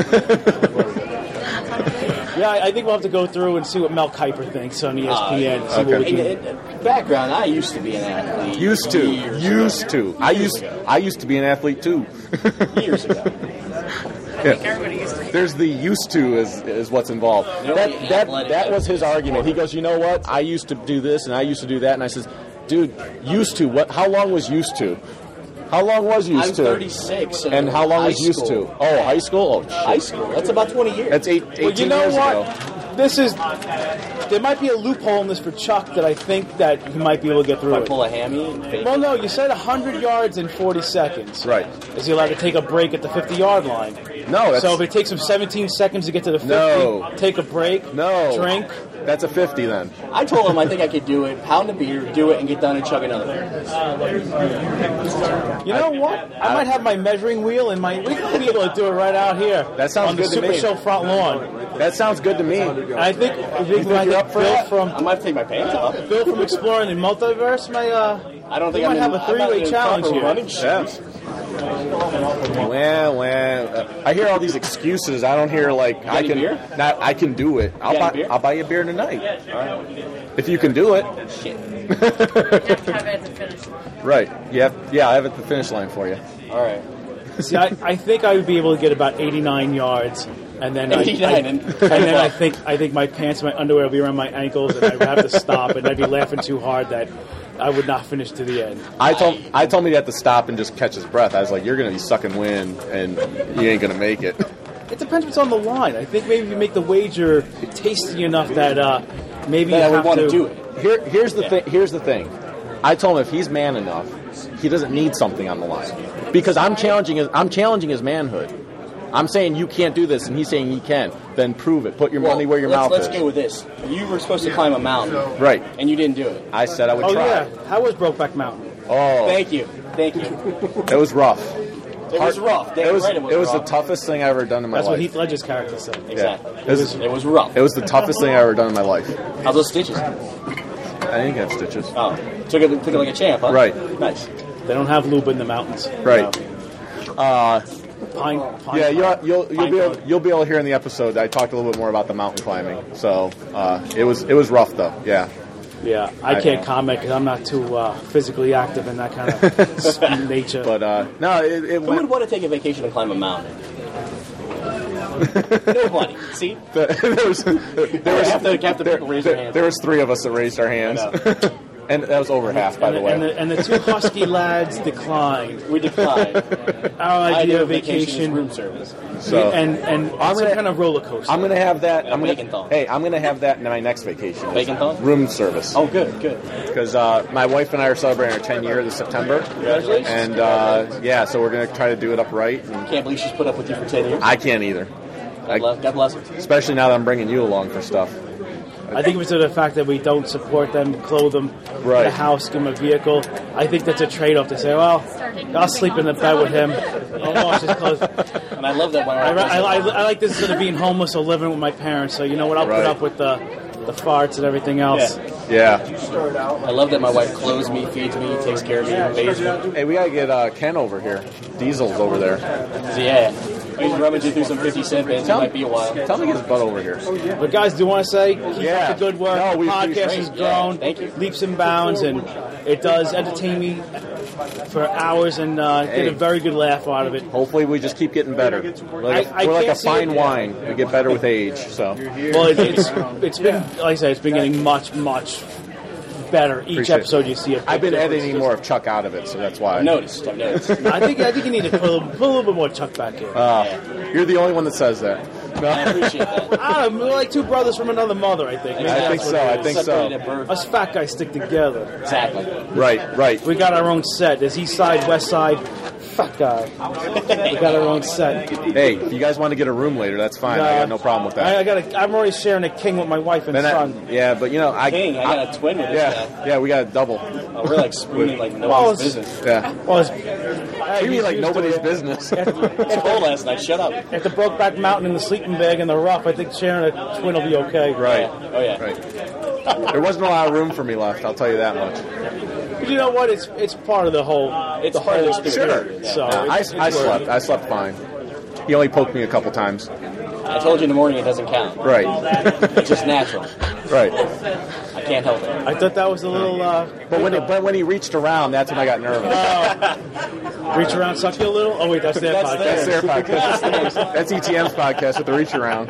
H: yeah, I I think we'll have to go through and see what Mel Kiper thinks
I: Uh,
H: on E ESPN. see what we
C: And,
H: can-
C: and background, I used to be an athlete.
I: Used to. Used to. I used. I used to be an athlete too.
C: Years ago.
I: Yeah. There's the used to is, is what's involved.
C: You know,
I: That,
C: the
I: that,
C: athletic-
I: that was his argument. He goes, you know what? I used to do this and I used to do that, and I says, dude, used to what? How long was used to? How long was used
C: I'm
I: to?
C: 36, so
I: and how long
C: high
I: was used
C: school.
I: to? Oh, high school. Oh, shit.
C: High school. That's about 20 years.
I: That's eight. 18
H: Well, you know
I: years
H: what?
I: ago.
H: This is. There might be a loophole in this for Chuck that I think that he might be able to get through.
C: If I
H: it.
C: pull a hammy and fake
H: Well, no, you said 100 yards in 40 seconds.
I: Right.
H: Is he allowed to take a break at the 50 yard line?
I: No, that's-
H: So if it takes him 17 seconds to get to the 50,
I: No.
H: take a break,
I: No.
H: drink.
I: That's a 50 then.
C: I told him I think I could do it, pound a beer, do it, and get done and chug another beer.
H: You know what? I, might have my measuring wheel and my. We could be able to do it right out here.
I: That sounds
H: on
I: good
H: the
I: to
H: Super
I: me.
H: Show front lawn.
I: That sounds good to me.
H: I think. I think, I think Bill from.
C: I might have to take my pants off.
H: Bill from exploring the multiverse. My. Uh,
C: I don't think
H: we
C: I'm
H: might
C: in-
H: have
C: I'm
H: a
C: not
H: three-way
C: in
H: challenge
C: proper
H: here.
C: running
I: Yes. Well, well, uh, I hear all these excuses. I don't hear like I
C: any
I: can
C: beer?
I: not. I can do it. I'll
C: You got
I: buy.
C: any beer?
I: I'll buy you a beer tonight if you can do it. Right. Yeah. Yeah. I have it at the finish line for you.
C: All right.
H: See, I, I think I would be able to get about 89 yards, and then I-
C: 89
H: I,
C: and-
H: and then I think I think my pants, and my underwear will be around my ankles, and I would have to stop, and I'd be laughing too hard that I would not finish to the end.
I: I told I told me he had to stop and just catch his breath. I was like, "You're gonna be sucking wind, and you ain't gonna make it."
H: It depends what's on the line. I think maybe if you make the wager tasty enough that uh, maybe you have
I: Here, here's the thing. Here's the thing. I told him if he's man enough, he doesn't need something on the line because I'm challenging his I'm challenging his manhood. I'm saying you can't do this, and he's saying he can. Then prove it. Put your money where your
C: let's,
I: mouth
C: let's
I: is.
C: go with this. You were supposed to climb a mountain,
I: Right.
C: and you didn't do it.
I: I said I would
C: Oh,
I: try.
C: yeah.
H: How was Brokeback Mountain?
I: Oh,
C: Thank you, thank you.
I: It was rough.
C: It was rough. Damn
I: it was,
C: right it was
I: the
C: rough.
I: toughest thing I ever done in my
H: That's
I: life.
H: what Heath Ledger's character said.
C: Exactly.
I: It was,
C: it was rough.
I: It was the toughest thing I ever done in my life.
C: How's those stitches?
I: I didn't get stitches.
C: Oh, took it, took it like a champ, huh?
I: Right.
C: Nice.
H: They don't have lube in the mountains.
I: Right. Uh,
H: Pine, pine
I: yeah, you'll, you'll, you'll
H: pine
I: be able, you'll be able to hear in the episode. that I talked a little bit more about the mountain climbing. So uh, it was it was rough though. Yeah.
H: Yeah, I can't comment because I'm not too uh, physically active in that kind of s- nature.
I: But uh, no, it, it
C: Who would want to take a vacation and climb a mountain? Nobody. See?
I: there was, there was,
C: Captain, Captain
I: there,
C: Pickle raised her
I: there,
C: hand.
I: there was three of us that raised our hands, and that was over half, by
H: and,
I: the
H: the,
I: way.
H: and, the, and the two husky lads declined.
C: We declined.
H: Our idea
C: Idea
H: of
C: of vacation is
H: vacation,
C: room service.
I: So-
H: and and
I: I'm
H: some
I: gonna-
H: kind of roller coaster.
I: I'm gonna have that. I'm
H: bacon
I: gonna,
C: Oh.
H: thong.
I: hey, I'm gonna have that in my next vacation.
H: Bacon thong?
I: Room service.
C: Oh, good, good.
I: Because uh, my wife and I are celebrating our 10 year this September.
C: Congratulations.
I: And uh, yeah, so we're gonna try to do it upright. And
C: Can't believe she's put up with you for 10 years.
I: I can't either. I-
C: Love- God bless her.
I: especially now that I'm bringing you along for stuff.
H: I think it was to the fact that we don't support them, clothe them,
I: Right.
H: get a house, give them a vehicle. I think that's a trade-off to say, well, I'll sleep in the bed with him. I'll wash his clothes.
C: And I love that when
H: I, I, I, I like this instead of being homeless or living with my parents. So you know what? I'll
C: Right.
H: put up with the the farts and everything else.
I: Yeah.
C: I love that my wife clothes me, feeds me, takes care of me, bathes me.
I: Hey, we gotta get uh, Ken over here. Diesel's over there.
C: So yeah, he's rummaging through some 50 cent bins. It might be a while.
I: Tell him to get his butt over here.
H: But guys, do you want to say keep
I: Yeah.
H: up the good work?
I: No, we
H: the podcast
I: appreciate
H: has
I: it.
H: grown
C: Yeah, thank you.
H: leaps and bounds, and it does entertain me for hours and uh, get
I: Hey.
H: a very good laugh out of it.
I: Hopefully, we just keep getting better. We're like a,
H: I- I
I: we're like
H: can't
I: a
H: see it
I: fine
H: yet.
I: wine. We get better with age. So.
H: Well, it, it's it's been like I said, it's been getting much much better each
I: Appreciate it.
H: episode. You see it.
I: I've been editing more of Chuck out of it, so that's why.
C: I've noticed. I've noticed.
H: I think I think you need to put a little, put a little bit more Chuck back in.
I: Uh, you're the only one that says that.
C: I appreciate that.
H: I don't know, we're like two brothers from another mother. I think.
I: I think so, I think so. Separated at birth.
H: Us fat guys stick together.
C: Exactly.
I: Right, right.
H: We got our own set. There's East Side, West Side. Fuck guy. We got our own set.
I: Hey, if you guys want to get a room later, that's fine. I got no problem with
H: I,
I: that.
H: I got. A, I'm already sharing a king with my wife and
I: Then I-
H: son.
I: yeah, but you know, I,
C: King, I got a twin with this
I: yeah, yeah, we got a double.
C: Oh, we're like spooning like no
H: Well,
C: one's
H: it's-
C: business.
I: Yeah.
H: Well, it's, hey,
I: You mean
H: he's used
I: like
H: to
I: nobody's
H: it.
I: business?
C: It's cold last night. Shut up.
H: At the Brokeback Mountain in the sleeping bag and the rough, I think sharing a twin will be okay.
I: right,
C: Oh yeah.
I: right. There wasn't a lot of room for me left. I'll tell you that much.
H: But you know what? It's it's part of the whole.
C: It's
H: the
C: part of
H: whole
C: the
H: experience.
C: experience,
H: So
I: Yeah, I,
H: it's-
I: I
H: it's worth
I: slept. I slept fine. He only poked me a couple times.
C: I told you in the morning it doesn't count.
I: Right,
C: It's just natural.
I: right.
C: I can't help it.
H: it. I thought that was a little uh,
I: But when, it, but when he reached around, that's when I got nervous.
H: reach around, suck you a little. Oh wait, that's their
C: That's
H: podcast.
I: That's their podcast. That's ETM's podcast with the reach around.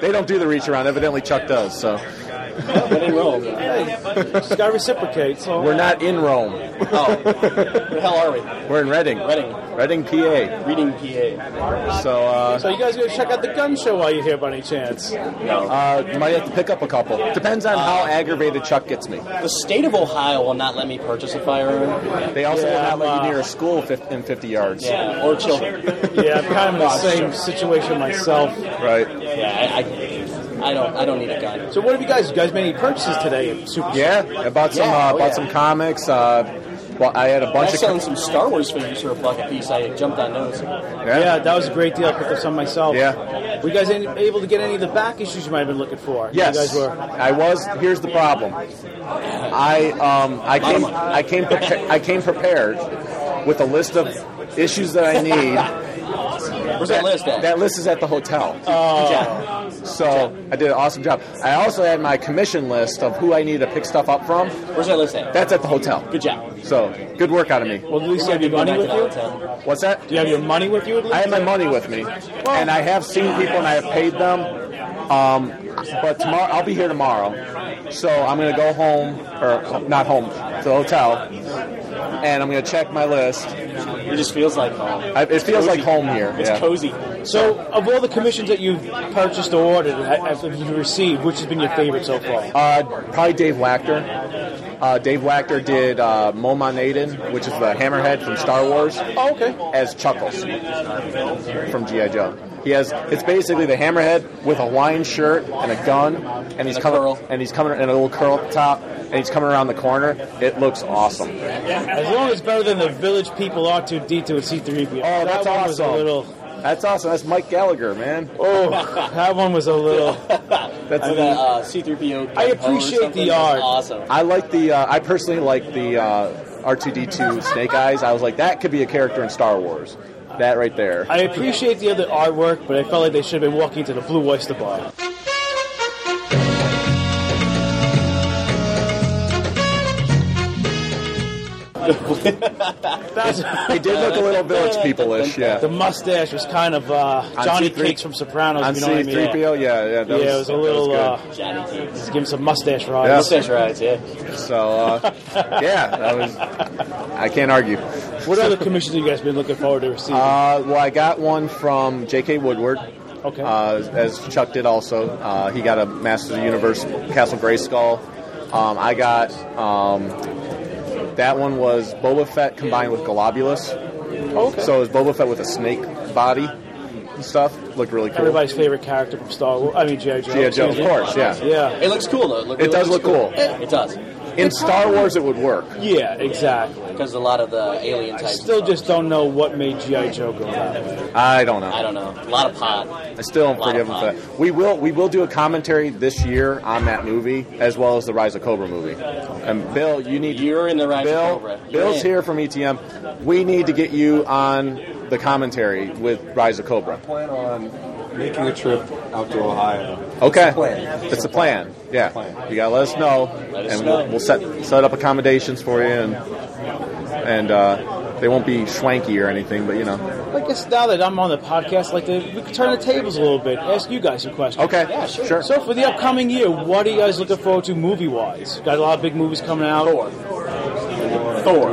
I: They don't do the reach around. Evidently, Chuck does. So
C: But in Rome, where
H: Just gotta reciprocate. So Oh.
I: we're not in Rome.
C: the hell are we?
I: We're in Reading.
C: Reading.
I: Reading, PA.
C: Reading PA.
I: So uh,
H: So you guys gonna check out the gun show while you're here, by any chance? Uh,
C: No.
I: uh, you might have to pick up a couple. Depends on how aggravated Chuck gets me.
C: The state of Ohio will not let me purchase a firearm.
I: They also
H: Yeah,
I: will not let
H: uh,
I: you near a school fif- in 50 yards.
C: Yeah, or children.
H: Yeah, I'm kind of in the same situation myself.
I: Right.
C: Yeah, I, I, I don't. I don't need a gun.
H: So what have you guys? You guys made any purchases today? Super.
I: Yeah. I bought some.
C: Yeah,
I: Uh,
C: oh,
I: bought
C: yeah.
I: some comics. Uh, well, I had a
C: I
I: bunch of.
C: selling some Star Wars figures for a buck a piece. I jumped on those.
I: yeah.
H: Yeah, that was a great deal. I picked up some myself.
I: Yeah.
H: Were you guys any, able to get any of the back issues you might have been looking for?
I: Yes,
H: You guys were.
I: I was. Here's the problem. I um I came I came prepa- I came prepared with a list of issues that I need.
C: Where's that list at?
I: That list is at the hotel.
C: Yeah.
H: Oh.
I: So I did an awesome job. I also had my commission list of who I needed to pick stuff up from.
C: Where's that list at?
I: That's at the hotel.
C: Good job.
I: So good work out of me.
H: Well, at least you have your
C: Going
H: money
C: back to
H: with
C: the
H: you.
C: hotel.
I: What's that?
H: Do you have your money with you? At least?
I: I have my money with me, and I have seen people and I have paid them. Um, but tomorrow I'll be here tomorrow, so I'm gonna go home or not home to the hotel, and I'm gonna check my list, and
C: It just feels like home.
I: I- it feels like home here,
C: It's
I: yeah.
C: cozy.
H: So, of all the commissions that you've purchased or ordered, ha- have you received, which has been your favorite so far?
I: Uh, probably Dave Wachter. Uh, Dave Wachter did uh, Moma Naden, which is the hammerhead from Star Wars. Oh, okay. As Chuckles from GI Joe. He has it's basically the hammerhead with a Hawaiian shirt and a gun, and he's coming and he's coming and a little curl up top, and he's coming around the corner. It looks awesome.
H: As long as it's better than the village people R2D2 and C3PO. Oh,
I: that's
H: that one was a
I: awesome.
H: little.
I: That's awesome. That's Mike Gallagher, man.
H: Oh, that one was a little.
I: That's
C: With a, uh, C-3PO.
I: I
C: or something,
I: appreciate the
C: that's
I: art.
C: Awesome.
I: I like the. Uh, I personally like the uh, R2D2 Snake Eyes. I was like, that could be a character in Star Wars. That right there.
H: I appreciate the other artwork, but I felt like they should have been walking to the Blue Oyster Bar.
I: He did look a little village people-ish, yeah.
H: The mustache was kind of uh,
I: On
H: Johnny
I: C3
H: Cakes from Sopranos,
I: on
H: if you know what I mean?
I: C3PO, yeah, yeah, that
H: yeah,
I: was-
H: it was a
I: that was
H: little.
I: good.
H: uh,
C: Johnny Cakes.
H: Give him some mustache rides.
I: Yeah. Mustache rides,
C: yeah.
I: So, uh, yeah, that was. I can't argue.
H: What other commissions have you guys been looking forward to receiving?
I: Uh, well, I got one from J.K. Woodward.
H: Okay.
I: Uh, as Chuck did also, uh, he got a Masters of the Universe Castle Grayskull. Um, I got um, that one was Boba Fett combined with Globulus.
H: Okay.
I: So it was Boba Fett with a snake body and stuff. Looked really cool.
H: Everybody's favorite character from Star Wars. I mean, G.I. Joe.
I: G.I. Joe, of
H: excuse me.
I: course, yeah.
H: Yeah.
C: It looks cool though.
I: It does look cool.
C: It, does.
I: In Star Wars, it would work.
H: Yeah, exactly.
C: Because a lot of the alien
H: I
C: types.
H: still just don't know what made G.I. Joe go that way.
I: I don't know.
C: I don't know. A lot of pot.
I: I still am
C: Lot of
I: forgiven for
C: fun.
I: that. We will we will do a commentary this year on that movie as well as the Rise of Cobra movie. And Bill, you need
C: you're in the Rise of
I: Bill,
C: Cobra. You're
I: Bill's
C: in.
I: here from ETM. We need to get you on the commentary with Rise of Cobra.
K: plan on making a trip out to Ohio.
I: Okay,
K: It's a plan.
I: It's a plan. Yeah, you gotta let us know,
K: us
I: and
K: know.
I: We'll, we'll set set up accommodations for you, and and uh, they won't be swanky or anything, but you know.
H: I guess now that I'm on the podcast, like the, we could turn the tables a little bit. Ask you guys some questions.
I: Okay, Yeah, sure. sure.
H: So for the upcoming year, what are you guys looking forward to movie wise? Got a lot of big movies coming out. Thor. Thor.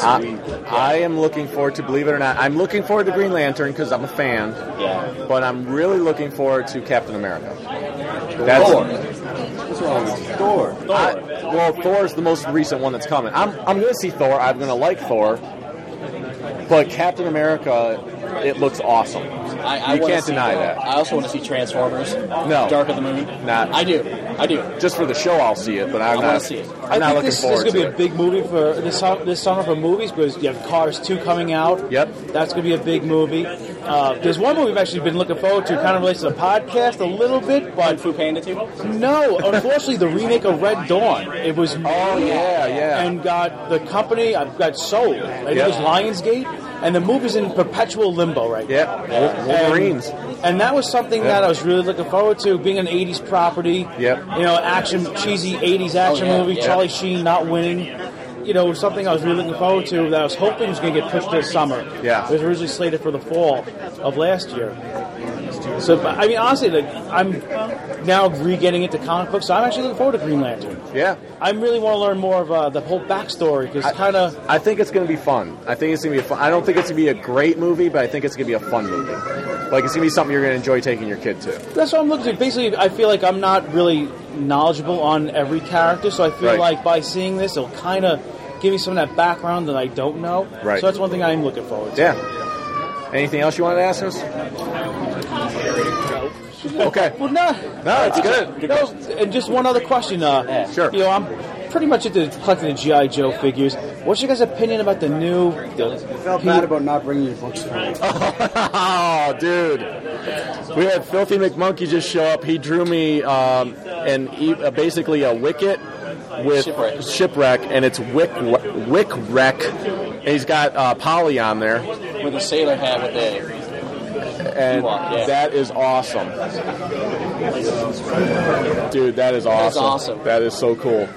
I: I, I am looking forward to, believe it or not, I'm looking forward to Green Lantern because I'm a fan.
C: Yeah.
I: But I'm really looking forward to Captain America. That's
K: Thor. What's wrong with you? Thor.
I: I- well, Thor's the most recent one that's coming. I'm I'm gonna see Thor. I'm gonna like Thor. But Captain America, it looks awesome.
C: I, I
I: you
C: wanna
I: can't
C: see-
I: deny that.
C: I also want to see Transformers.
I: No.
C: Dark of the Moon.
I: Not. I
C: do. I do.
I: Just for the show, I'll see it, but
C: I
I: I'm
C: wanna
I: not.
C: see it.
I: I'm not
H: think
I: looking
H: this,
I: forward
H: this is
I: to
H: gonna
I: it.
H: be a big movie for this sum- this summer for movies because you have Cars two coming out.
I: Yep,
H: that's gonna be a big movie. Uh, there's one movie I've actually been looking forward to, kind of relates to the podcast a little bit, but
C: Fu Panda two.
H: No, unfortunately, the remake of Red Dawn. It was oh
I: yeah yeah,
H: and got the company uh, got sold. Like,
I: Yeah.
H: It was Lionsgate, and the movie's in perpetual limbo right
I: Yep.
H: now.
I: Wol- Wolverines.
H: And, and that was something
I: Yeah.
H: that I was really looking forward to, being an '80s property.
I: Yep.
H: You know, action, cheesy '80s action
I: Oh, yeah,
H: movie.
I: yeah.
H: Charlie Sheen not winning. You know, something I was really looking forward to that I was hoping was going to get pushed this summer.
I: Yeah.
H: It was originally slated for the fall of last year. So, but, I mean, honestly, like, I'm now re-getting into comic books, so I'm actually looking forward to Green Lantern.
I: yeah.
H: I really want to learn more of uh, the whole backstory because kind of
I: I think it's going to be fun. I think it's going to be a fun. I don't think it's going to be a great movie, but I think it's going to be a fun movie. Like it's going to be something you're going to enjoy taking your kid to.
H: that's what I'm looking to. Basically, I feel like I'm not really knowledgeable on every character, so I feel
I: Right.
H: like by seeing this, it'll kind of give me some of that background that I don't know.
I: Right.
H: So that's one thing I'm looking forward to.
I: Yeah. Anything else you wanted to ask us? Okay.
H: Well, no,
I: No, it's good.
H: No, and just one other question. Uh,
I: Sure.
H: You know, I'm pretty much into collecting the GI Joe figures. What's your guys' opinion about the new?
K: I felt bad about not bringing your books for you.
I: Oh, dude. We had Filthy McMonkey just show up. He drew me um, an e- uh, basically a wicket with
C: Shipwreck.
I: shipwreck, and it's wick wick wreck. And he's got uh, Polly on there,
C: With a sailor hat with a.
I: and
C: Ewok, yeah.
I: that is awesome, dude. That is
H: That's
I: awesome.
H: awesome.
I: That is so cool.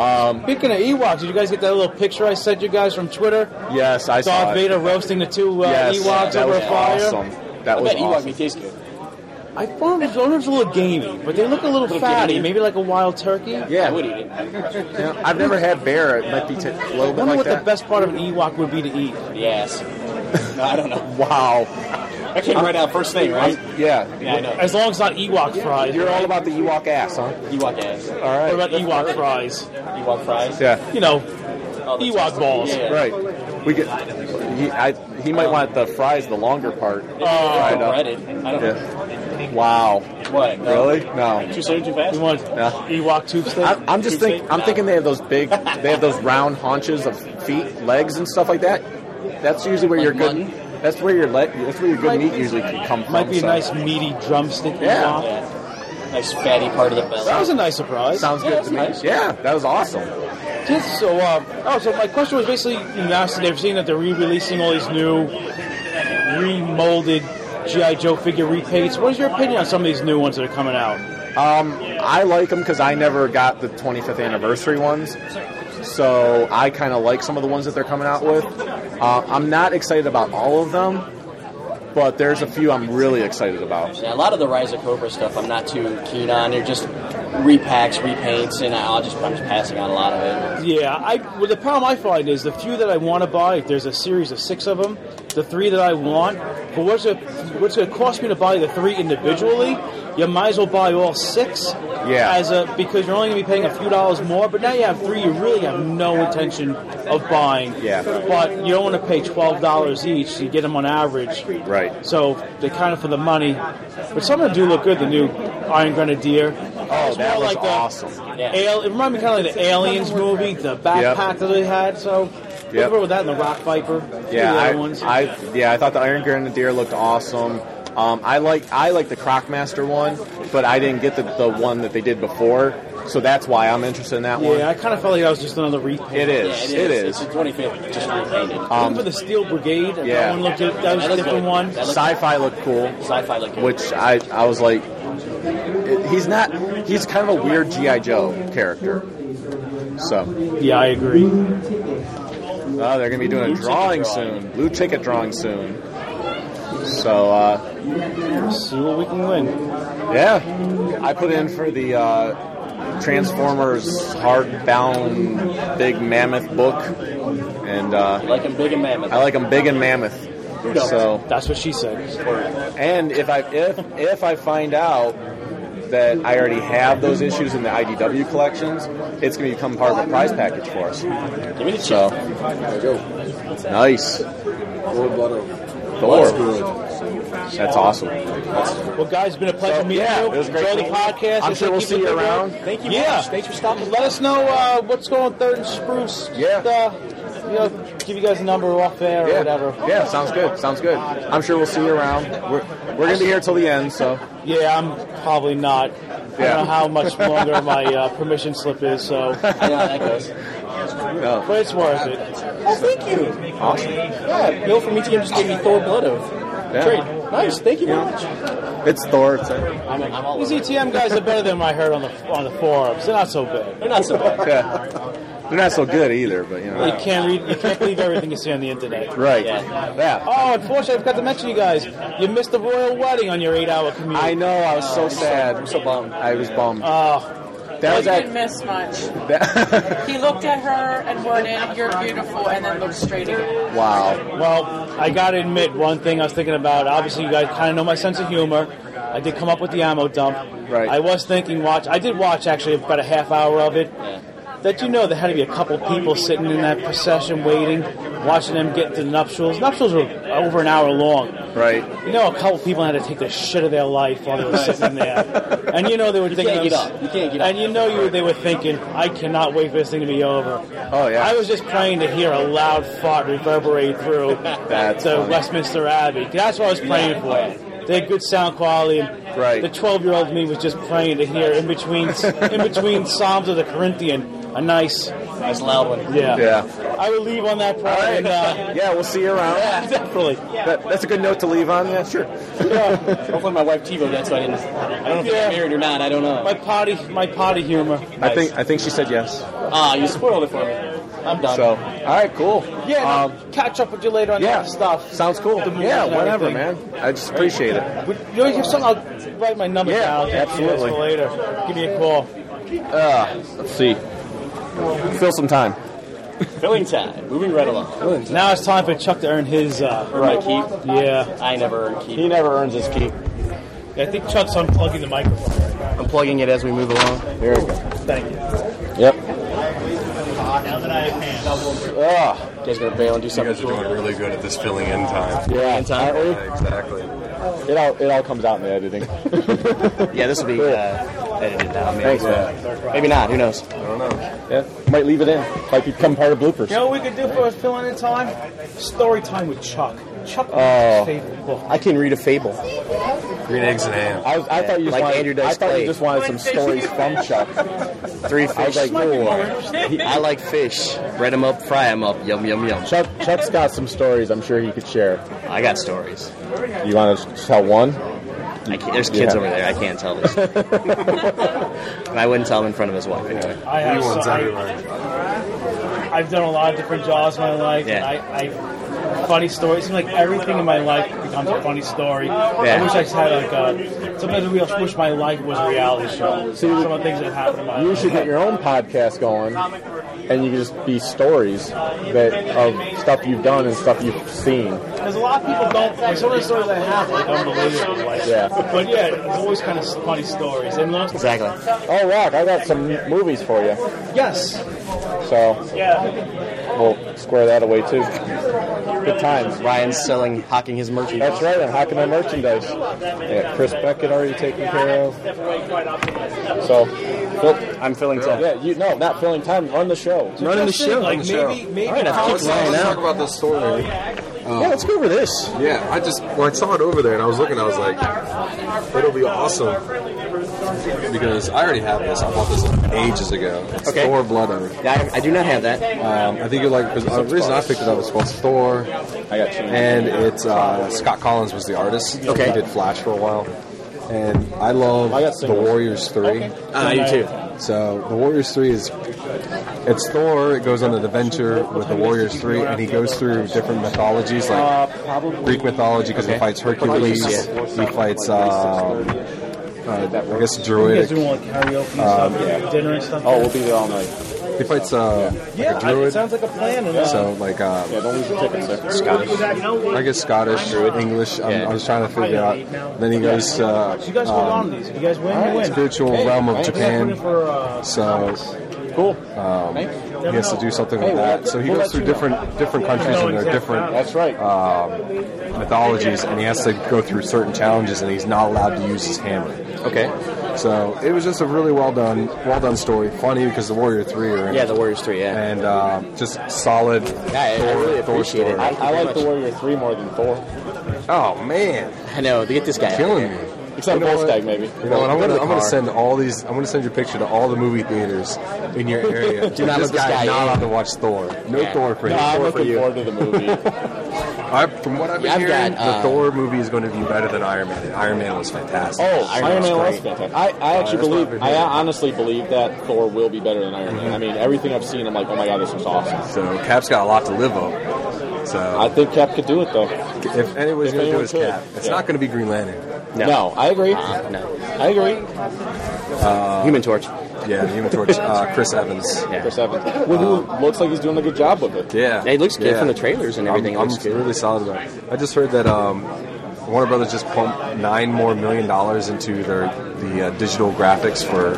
I: Um,
H: Speaking of Ewoks, did you guys get that little picture I sent you guys from Twitter?
I: yes, I saw
H: Darth
I: it.
H: Vader roasting the two uh,
I: yes,
H: Ewoks
I: that
H: over
I: was
H: a fire.
I: awesome. That
C: I
I: was
C: bet Ewok
I: awesome.
C: meat tastes good.
H: I found the donuts a little gamey, but they look a little,
C: Little
H: fatty.
C: gamey?
H: Maybe like a wild turkey.
I: Yeah. I would eat it. Yeah, I've never had bear. It might be t- a little
H: I
I: bit
H: wonder
I: like
H: what
I: that.
H: the best part of an Ewok would be to
C: E.
H: eat.
C: Yes. No, I don't know.
I: Wow.
C: That came right out first thing, right?
I: Yeah.
C: Yeah, I know.
H: As long as it's not Ewok fries.
I: You're all about the Ewok ass, huh?
C: Ewok ass. All
I: right.
H: What about Ewok fries?
C: Ewok fries.
I: Yeah.
H: You know,
C: that's
H: Ewok balls.
C: Yeah. Um,
I: Right. We get. He, I, he might want the fries, the longer part. Oh,
C: I read it. I don't
I: yeah. Wow.
C: What? No.
I: Really? No.
C: Too soon, too fast.
H: You want
I: No.
H: Ewok tube steak?
I: I, I'm just think. I'm thinking they have those big. They have those round haunches of feet, legs, and stuff like that. That's usually where
C: Like
I: your good.
C: mutton?
I: That's where your leg. That's where your good meat usually can come from.
H: Might be a
I: so.
H: nice meaty drumstick.
I: Yeah.
H: Ewok.
C: Nice fatty part of the belly.
H: That was a nice surprise.
I: Sounds
H: Yeah,
I: good
H: that's
I: to me.
H: nice.
I: Yeah, that was awesome.
H: Just so, um, oh, so my question was basically, you know, so they're seeing that they're re-releasing all these new, remolded GI Joe figure repaints. What is your opinion on some of these new ones that are coming out?
I: Um, I like them because I never got the 25th anniversary ones, so I kind of like some of the ones that they're coming out with. Uh, I'm not excited about all of them, but there's a few I'm really excited about.
C: Yeah, a lot of the Rise of Cobra stuff I'm not too keen on. They're just repacks, repaints, and I'll just I'm just passing on a lot of it.
H: Yeah, I. Well, the problem I find is the few that I want to buy. if There's a series of six of them. The three that I want, but what's it? What's it cost me to buy the three individually? You might as well buy all six.
I: Yeah.
H: As a because you're only going to be paying a few dollars more, but now you have three. You really have no intention of buying.
I: Yeah.
H: But you don't want to pay twelve dollars each. So you get them on average.
I: Right.
H: So they kind of for the money, but some of them do look good. The new Iron Grenadier.
I: Oh,
H: It's
I: that
H: more
I: was
H: like the-
I: awesome.
H: Ale- it reminded me kind of like the Aliens movie, the backpack that they had. So,
I: Yep.
H: remember with that and the Rock Viper?
I: Yeah,
H: the other
I: I,
H: ones.
I: I yeah, I thought the Iron Grenadier looked awesome. Um, I like I like the Crocmaster one, but I didn't get the, the one that they did before, so that's why I'm interested in that one.
H: yeah, I kind of felt like that was just another repaint.
I: It is.
C: Yeah,
I: it
C: It's
I: is.
C: the 25th, just repainted.
I: Um,
H: Remember the Steel Brigade? That
I: yeah.
H: one looked at, that was
C: That
H: a
C: looked
H: different
C: good.
H: one.
C: That looked-
I: Sci-fi looked cool.
C: Sci-fi looked good.
I: which I, I was like, it- he's not, he's kind of a weird G.I. Joe character. So,
H: Yeah, I agree.
I: uh, they're going to be doing a drawing soon, blue ticket drawing soon. So, uh,
H: See what we can win.
I: yeah, I put in for the uh, Transformers hardbound big mammoth book, and
C: I
I: uh,
C: like them big and mammoth.
I: I like them big and mammoth. So,
H: That's what she said.
I: And if I if if I find out that I already have those issues in the IDW collections, it's going to become part of a prize package for us.
C: Give me the
I: So nice,
L: Lord Blood
I: Thor.
L: good.
I: That's awesome.
H: Well, guys, it's been a pleasure
I: So,
H: meeting
I: yeah,
H: you.
I: it was great
H: Enjoy the
I: meeting you.
H: podcast.
I: I'm
H: If
I: sure
H: they
I: we'll
H: keep
I: see
H: it
I: you
H: good work-
I: around.
C: Thank you
H: Yeah.
C: much. Thanks for stopping.
H: Let us know uh, what's going on Third and Spruce.
I: Yeah.
H: Uh, you know, give you guys a number off there or
I: Yeah,
H: whatever.
I: yeah, sounds good. Sounds good. I'm sure we'll see you around. We're we're going to be here till the end, so
H: Yeah, I'm probably not. I
I: Yeah.
H: don't know how much longer my uh, permission slip is, so
C: I know how that goes.
I: no,
H: but it's worth it.
C: Oh, thank you.
I: awesome.
C: Yeah, Bill from ETM just gave me Thor Blood Oath.
I: Yeah.
C: Great. Nice. Thank you very much.
I: It's Thor. It's a,
C: I'm, I'm all
H: These
C: over it.
H: ETM guys are better than I heard on the on the forums. They're not so bad.
C: They're not so bad.
I: yeah. They're not so good either, but you
H: You
I: know.
H: can't read. You can't believe everything you see on the internet.
I: Right.
C: Yeah.
I: Yeah.
H: Oh, unfortunately, I forgot to mention you guys. You missed the royal wedding on your eight-hour commute.
I: I know. I was so sad.
C: I'm so bummed.
I: I was bummed.
H: Oh,
I: That was
M: didn't
I: at.
M: miss much.
I: That,
M: He looked at her and worded, "You're beautiful," and then looked straight at her.
I: Wow.
H: well, I gotta admit one thing. I was thinking about. Obviously, you guys kind of know my sense of humor. I did come up with the ammo dump.
I: Right.
H: I was thinking, watch. I did watch actually about a half hour of it. that you know there had to be a couple people sitting in that procession waiting, watching them get to the nuptials. Nuptials were over an hour long.
I: Right.
H: You know, a couple people had to take the shit of their life while they were sitting there, and you know they were thinking,
C: can't get
H: those-
C: up. You can't get up.
H: and you know you they were thinking, I cannot wait for this thing to be over.
I: Oh, yeah.
H: I was just praying to hear a loud fart reverberate through
I: That's
H: the
I: funny.
H: Westminster Abbey. That's what I was praying for. They had good sound quality. and
I: Right.
H: The 12 year old me was just praying to hear in between in between Psalms of the Corinthian a nice
C: Nice loud one.
H: yeah.
I: Yeah.
H: I will leave on that prayer and uh,
I: yeah, we'll see you around.
H: definitely.
I: That, that's a good note to leave on. Yeah, sure.
C: Hopefully my wife TiVo that's so I didn't. I don't know if
H: Yeah.
C: I'm married or not. I don't know.
H: My potty my potty humor.
I: I think I think she said yes.
C: Ah, you spoiled it for me.
H: I'm done.
C: So, all right, cool.
H: Yeah, no,
C: Um,
H: catch up with you later on
C: yeah,
H: that stuff.
C: Sounds cool.
H: The movies
C: Yeah,
H: and
C: whatever, man.
H: everything.
C: I just appreciate it.
H: Would- You know, if something, I'll write my number
C: Yeah,
H: down.
C: absolutely.
H: For later. Give me a call.
C: Uh, let's see. Fill some time.
N: Filling time. Moving right along.
J: Now it's time for Chuck to earn his uh,
N: Right. keep.
J: Yeah,
N: I never earn keep.
J: He never earns his keep. I think Chuck's unplugging the microphone.
I: I'm plugging it as we move along. There we go.
J: Thank you.
I: Yep.
J: Now that I have hands.
I: Ah,
N: you guys gonna bail and do
D: something? You guys are doing really good at this filling in time.
C: Yeah,
D: Yeah, exactly.
C: It all it all comes out in the editing.
I: yeah, this will be uh, edited out. Maybe.
C: Thanks, man.
I: Maybe not. Who knows?
C: I don't know. Yeah, might leave it in. Might become part of bloopers.
J: You know what we could do for us filling in time? Story time with Chuck. Chuck
C: Oh.
J: is his favorite book.
I: I can read a fable.
D: Green eggs and ham.
C: I, was, I thought you just
I: Like
C: wanted,
I: Andrew Dice
C: I thought you
I: Clay.
C: just wanted some stories from Chuck.
I: Three
C: I was
I: fish.
C: like,
I: I like fish. Bread them up, fry them up. Yum yum yum.
C: Chuck Chuck's got some stories. I'm sure he could share.
I: I got stories.
C: You want to tell one?
I: I can't, there's kids
C: Yeah.
I: over there. I can't tell this. and I wouldn't tell him in front of his wife anyway.
J: I have so- I, have done a lot of different jobs in my life.
I: Yeah.
J: And I, I funny stories. It seems like everything in my life becomes a funny story. I wish I just had like a, sometimes I wish my life was a reality show.
C: See,
J: Some of the things that happened in my
C: You
J: life.
C: should get your own podcast going, and you can just be stories that of stuff you've done and stuff you've seen.
J: Because a lot of people don't. Like some of the stories I have are like, unbelievable. Like,
C: Yeah.
J: But yeah, it's always kind of funny stories. And most
I: Exactly.
C: Oh, Rock, I got some movies for you.
J: Yes.
C: So
J: Yeah.
C: we'll square that away too. Good times.
I: Ryan's selling, hawking his merchandise.
C: That's right, I'm hawking my merchandise. Yeah, Chris Beckett already taken care of. So, well,
I: I'm filling time.
C: yeah, you no, not filling time. Run the show.
J: Running the show. Like, maybe- maybe
C: All right,
J: I'll
C: I
J: keep
C: keep
J: lying
C: lying
D: Let's
C: out.
D: talk about this story.
C: Yeah, let's go over this.
D: Yeah, I just well, I saw it over there, and I was looking. I was like, it'll be awesome because I already have this. I bought this ages ago. It's
I: Okay.
D: Thor Blood Oath.
I: Yeah, I, I do not have that.
D: Um, I think you're like because the reason I picked it up is called Thor. I
C: got you.
D: And it's uh, Scott Collins was the artist.
I: Okay.
D: he did Flash for a while, and I love the
C: singles.
D: Warriors three.
I: Ah, you too.
D: So the Warriors Three is it's Thor. It goes on an adventure with the Warriors Three, and he goes through different mythologies like Greek mythology because he fights Hercules. He fights. Um, uh, I guess
J: You guys
D: druidic.
J: doing like karaoke and
D: Um,
J: stuff, dinner and stuff.
C: Oh, we'll be there all night.
D: He fights uh,
J: yeah,
D: like a
J: I- it
D: druid.
J: sounds like a plan. And, uh,
D: So like um,
C: Yeah, don't lose your tickets. There.
D: I guess Scottish, English. I'm, I was trying to figure out. Then he goes uh,
J: you guys hold on
D: um,
J: to these. If You guys win, you win.
D: spiritual realm of
J: thanks.
D: Japan.
J: For, uh,
D: So
C: cool.
D: Um, he has to do something with
C: Hey, we'll
D: that.
C: let-
D: So he
C: we'll
D: goes
C: let
D: through
C: you know.
D: different different countries and their different
C: That's right.
D: um, mythologies, and he has to go through certain challenges, and he's not allowed to use his hammer.
I: Okay.
D: So it was just a really well done, well done story. Funny because the Warrior Three are in
I: Yeah,
D: it,
I: the Warriors 3, yeah.
D: and um, just solid
I: I- I
D: Thor,
I: really
D: Thor
I: appreciate it.
D: story.
C: I,
I: Thank you
C: I
I: very
C: like the
I: much.
C: Warrior Three more than Thor,
D: Oh man,
I: I know. Get this guy out.
D: killing me.
C: except
D: You know what?
C: Wolfgang maybe.
D: You know what? I'm
C: Go to
D: gonna,
C: the
D: I'm gonna
C: car.
D: send all these. I'm gonna send your picture to all the movie theaters in your area.
I: Do not
D: this
I: let this
D: guy
I: guy
D: is not
I: in.
D: allowed to watch Thor. No
I: Yeah.
D: Thor for
C: No,
D: him.
C: I'm
D: Thor for
C: looking
D: you.
C: forward to the movie.
D: I, from what I've been
I: Yeah, I've
D: hearing,
I: got, uh,
D: the Thor movie is going to be better than Iron Man. And Iron Man was fantastic.
C: Oh, Iron,
I: Man's
C: Man was
I: great.
C: fantastic. I, I actually
D: that's
C: believe,
D: what I've
C: I
D: been hearing.
C: honestly believe that Thor will be better than Iron Man. I mean, everything I've seen, I'm like, oh my god, this was awesome.
D: So Cap's got a lot to live up.
C: I
D: So
C: think Cap could do it though.
D: if anyone's
C: if
D: going to do
C: anyone
D: it, it's
C: could,
D: Cap. It's
C: yeah.
D: not going to be Green Lantern.
C: No, I agree.
I: Uh, no.
C: I agree.
I: Human Torch.
D: Yeah, the Human Torch. Uh, Chris Evans.
I: Yeah.
C: Chris Evans, who looks like he's doing a good job with it.
D: Yeah,
I: It looks good
D: yeah.
I: from the trailers and everything.
D: I'm,
I: it looks
D: I'm
I: good.
D: really solid about it. I just heard that um, Warner Brothers just pumped nine more million dollars into their the uh, digital graphics for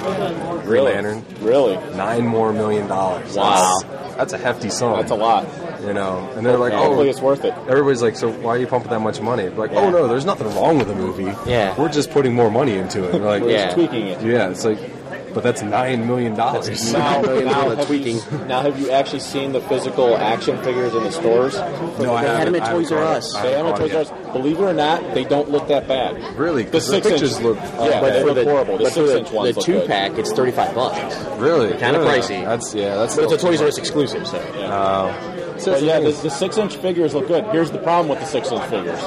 D: Green Lantern.
C: Really,
D: Nine more million dollars.
I: Wow.
D: that's, that's a hefty sum.
C: that's a lot.
D: You know, and they're like, oh,
C: Hopefully, it's worth it.
D: Everybody's like, so why are you pumping that much money? Like, oh
I: Yeah.
D: no, there's nothing wrong with the movie.
I: Yeah.
D: we're just putting more money into it. We're like,
C: We're
I: Yeah.
C: just tweaking it.
D: yeah, it's like, but that's nine million dollars.
C: Now,
I: Million
C: now,
I: dollar
C: have you,
I: tweaking.
C: now have you actually seen the physical action figures in the stores?
D: No, I
I: They had
D: haven't-
I: them at
D: I haven't
I: Toys R
D: caught it.
I: Us.
D: I
C: They
D: haven't
C: have at
D: caught it
C: Toys R
D: yet.
C: Us. Believe it or not, they don't look that bad.
D: Really?
C: The
D: 'Cause the
C: six
D: pictures
C: inch,
D: look-
C: yeah,
D: but
C: they
D: for
C: look
D: the-
C: horrible. The
I: but for
C: six
I: the,
C: inch ones
I: the
C: look
I: two
C: good.
I: pack, it's 35 bucks.
D: Really?
I: Kinda
D: Yeah.
I: pricey.
D: That's yeah. That's
I: But it's a
D: still-
I: Toys R Us exclusive, so.
C: But yeah, the, the six inch figures look good. Here's the problem with the six inch figures.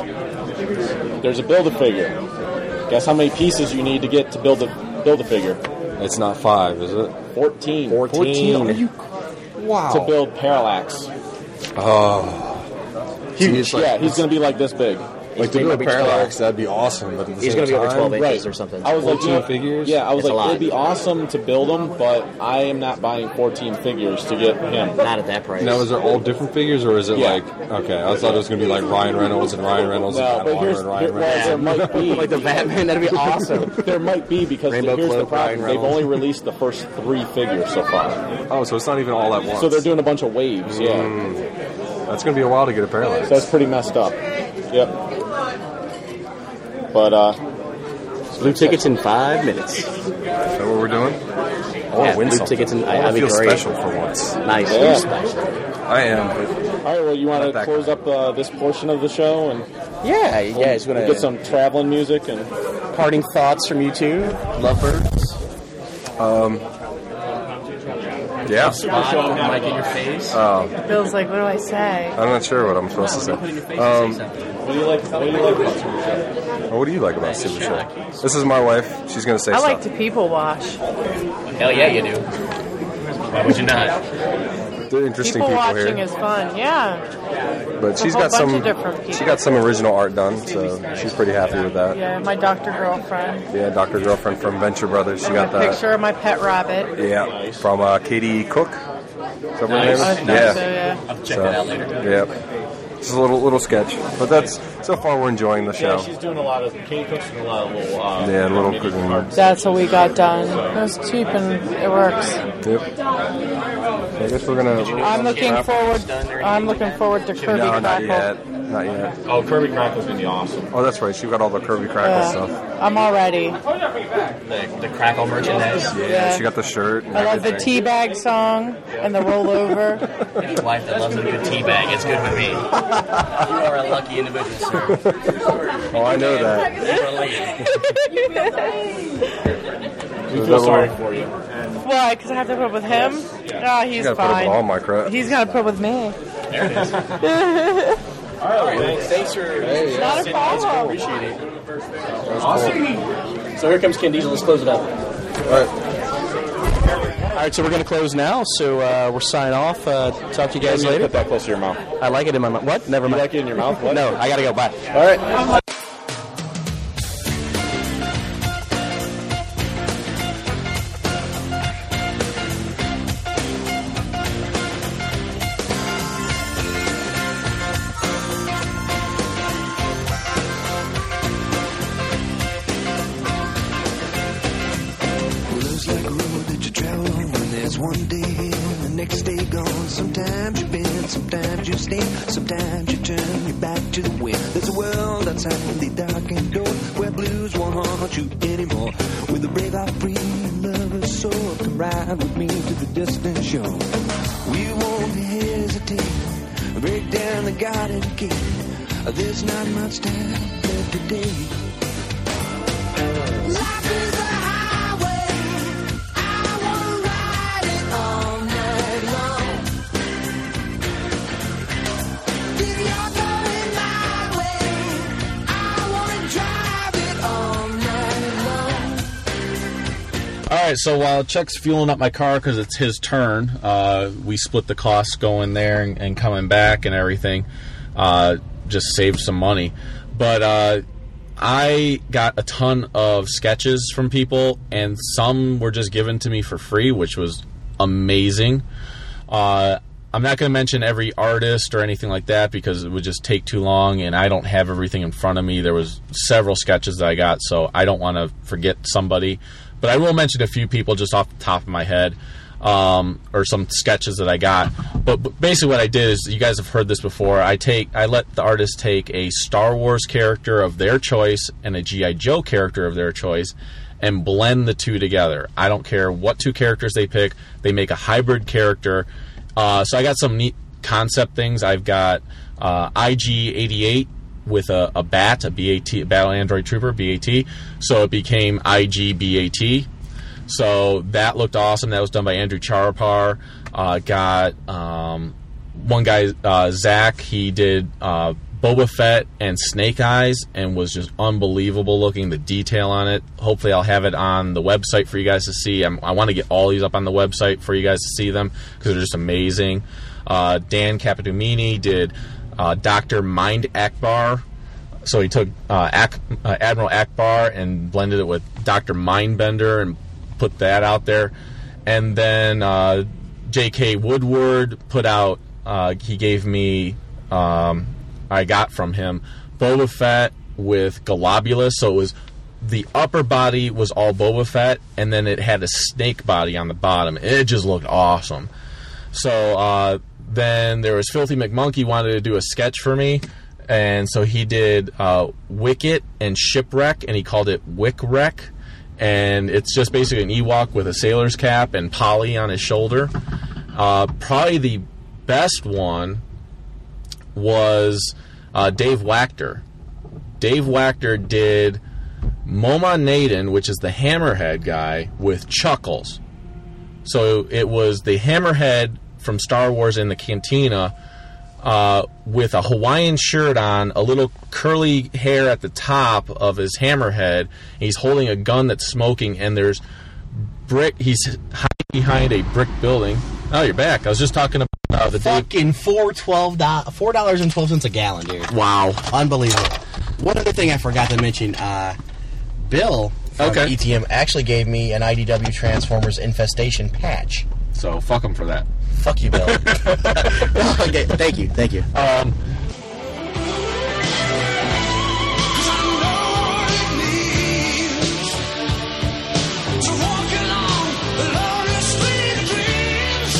C: There's a build a figure. Guess how many pieces you need to get to build a build a figure?
D: It's not five, is it?
C: Fourteen.
I: 14.
D: Are you Wow.
O: to build Parallax.
D: Oh.
O: Huge. yeah, he's going to be like this big.
D: Like to do a parallax, that'd be awesome. But at the same time,
O: Right. I was like, you know,
D: figures.
O: Yeah, I was like, it'd be awesome to build them, but I am not buying 14 figures to get him. Not at that price.
D: Now, is there all different figures, or is it
O: Yeah.
D: like okay? I thought it was gonna be like Ryan Reynolds and Ryan Reynolds
O: No,
D: and
O: but
D: Van Water
O: here's-
D: and Ryan
O: there- well, there
D: Reynolds.
O: might be
D: Like the Batman, that'd be awesome.
O: there might be because
D: Rainbow
O: here's the
D: Cloak, Ryan
O: problem: they've
D: Reynolds.
O: only released the first three figures so far.
D: Oh, so it's not even all at once.
O: So they're doing a bunch of waves. Yeah,
D: Mm. That's gonna be a while to get a parallax.
O: so that's pretty messed up. Yep. But uh,
P: Blue tickets in five minutes. Is
D: that what we're doing?
P: I
D: wanna
P: yeah,
D: win
P: blue
D: something.
P: tickets in.
D: I wanna
P: I, I'd be
D: feel
P: great.
D: special for once.
P: Nice.
O: Yeah.
P: You're special.
D: I am.
O: all right. Well, you want to close up uh, this portion of the show and
P: yeah, yeah, it's gonna-
O: get some traveling music and
P: Parting thoughts from you two, lovebirds.
D: Um. Yeah.
H: Spot on, like, in your
D: face. Um,
H: Bill's like, what do I say?
D: I'm not sure what I'm supposed to say. Um,
O: what do you like? What do you like about Super Show?
D: what do you like about Super Show? This is my wife. She's gonna say
H: I
D: something.
H: like to people watch.
D: Hell yeah, you do. Why would you not? They're interesting
H: People,
D: people,
H: watching
D: here,
H: is fun, yeah.
D: but
H: a
D: she's
H: whole
D: got
H: bunch
D: some.
H: of different people.
D: She got some original art done, so she's pretty happy with that.
H: Yeah, my doctor girlfriend.
D: Yeah, Dr. Girlfriend from Venture Brothers. She got
H: a
D: that.
H: picture of my pet rabbit.
D: Yeah, from uh, Katie Cook. Is that what her name is?
H: Nice. I think so, yeah. I'll check that out later.
D: Yep. Just a little little sketch, but that's so far we're enjoying the show.
O: doing a lot of Katie Cook's doing a lot of little uh,
D: Yeah, little cooking ones.
H: That's what we got done. It was cheap and it works.
D: Yep. I guess we're gonna.
H: I'm looking forward. I'm looking forward to Kirby
D: no, not
H: Crackle.
D: yet. Not yet.
O: Oh, Kirby Crackle's gonna be awesome.
D: Oh, that's right. She got all the Kirby Crackle
H: Yeah.
D: stuff.
H: I'm all ready.
D: The, the Crackle merchandise. Yeah,
H: Yeah.
D: she got the shirt. And
H: I love the
D: everything.
H: teabag song and the rollover.
Q: Any wife that loves a good tea bag, it's good with me. You are a lucky individual, sir.
D: Oh, I know that.
O: We feel sorry for you.
H: Why? Because I have to put up with him? Ah, he's
D: gotta put up
H: fine.
D: with all Oh, my crap.
H: He's got to put up with me.
D: There it is.
Q: Thanks for
H: Not a problem.
Q: Appreciate it.
P: Awesome.
Q: So here comes Ken Diesel. Let's close it up.
P: All right. All right, so we're going to close now. So uh, we'll sign off. Uh, talk to you guys
O: You
P: later.
O: Put that close to your mouth.
P: I like it in my mouth. What? Never mind.
O: like it in your mouth? What?
P: no, I gotta go. Bye.
O: All right.
I: Well, it's like a road that you travel on when there's one day here and the next day gone. Sometimes you bend, sometimes you stand, sometimes you turn your back to the wind. There's a world outside the dark and cold where blues won't haunt you anymore. With a brave, heart, free, and lover's soul, come ride with me to the distant shore. We won't hesitate, break down the garden gate. There's not much time left today. Life is a
C: All right, so while Chuck's fueling up my car because it's his turn, uh, we split the costs going there and, and coming back and everything. Uh, just saved some money. But uh, I got a ton of sketches from people, and some were just given to me for free, which was amazing. Uh, I'm not going to mention every artist or anything like that because it would just take too long, and I don't have everything in front of me. There was several sketches that I got, so I don't want to forget somebody. But I will mention a few people just off the top of my head, um, or some sketches that I got. But, but basically, what I did is you guys have heard this before. I take I let the artist take a Star Wars character of their choice and a GI Joe character of their choice, and blend the two together. I don't care what two characters they pick; they make a hybrid character. Uh, so I got some neat concept things. I've got uh, IG88 with a, a bat, a BAT, a battle android trooper, BAT. So it became IGBAT. So that looked awesome. That was done by Andrew Charapar. Uh, got um, one guy, uh, Zach. He did uh, Boba Fett and Snake Eyes and was just unbelievable looking. The detail on it. Hopefully, I'll have it on the website for you guys to see. I'm, I want to get all these up on the website for you guys to see them because they're just amazing. Uh, Dan Capatumini did uh, Doctor Mind Akbar. So he took uh, Ak- uh, Admiral Akbar and blended it with Doctor Mindbender and put that out there. And then uh, J.K. Woodward put out. Uh, he gave me. Um, I got from him Boba Fett with Galobulus. So it was the upper body was all Boba Fett, and then it had a snake body on the bottom. It just looked awesome. So uh, then there was Filthy McMonkey wanted to do a sketch for me, and so he did uh, Wicket and Shipwreck, and he called it Wick Wreck. And it's just basically an Ewok with a sailor's cap and Polly on his shoulder. Uh, probably the best one was uh, Dave Wachter. Dave Wachter did Moma Naden, which is the Hammerhead guy, with Chuckles. So it was the Hammerhead from Star Wars in the cantina uh, with a Hawaiian shirt on, a little curly hair at the top of his Hammerhead. He's holding a gun that's smoking, and there's brick. He's hiding behind a brick building. Oh, you're back. I was just talking about uh, the Dave
D: Fucking four twelve dollars, four dollars and twelve cents a gallon, dude.
C: Wow,
D: unbelievable. One other thing I forgot to mention, uh, Bill from
C: Okay.
D: ETM actually gave me an IDW Transformers Infestation patch.
C: So fuck him for that.
D: Fuck you, Bill. okay, thank you, thank you.
C: Um,
J: To walk along the lonely street of dreams,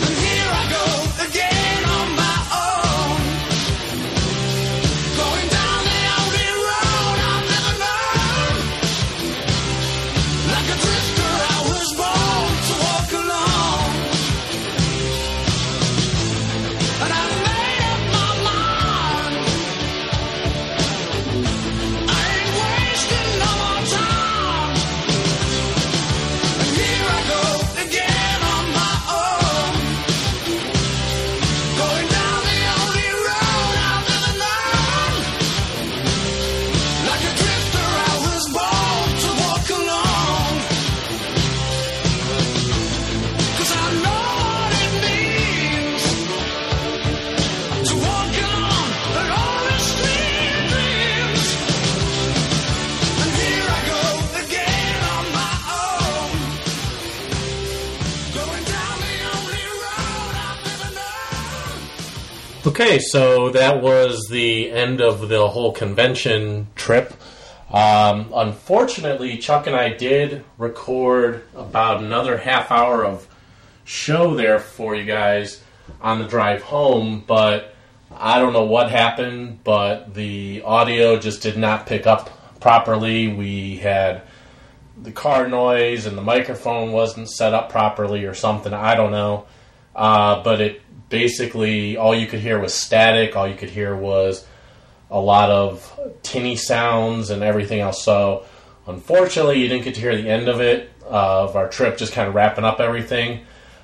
J: and here I go again on my own, going down the only road I've ever known. Like a drifter, I was born to walk alone, and I made up my mind. I ain't wasting no more time. And here I go again on my own, going down the only road I've ever known. Like a drifter, I was born to walk alone. 'Cause I know what it means to walk along the lonely street of dreams. And here I go again on my own, going down the only road I've ever known.
I: Okay, so that was the end of the whole convention trip. Um, unfortunately, Chuck and I did record about another half hour of show there for you guys on the drive home, but I don't know what happened, but the audio just did not pick up properly. We had the car noise and the microphone wasn't set up properly or something. I don't know. Uh, but it basically, all you could hear was static. All you could hear was a lot of tinny sounds and everything else. So, unfortunately, you didn't get to hear the end of it, uh, of our trip, just kind of wrapping up everything.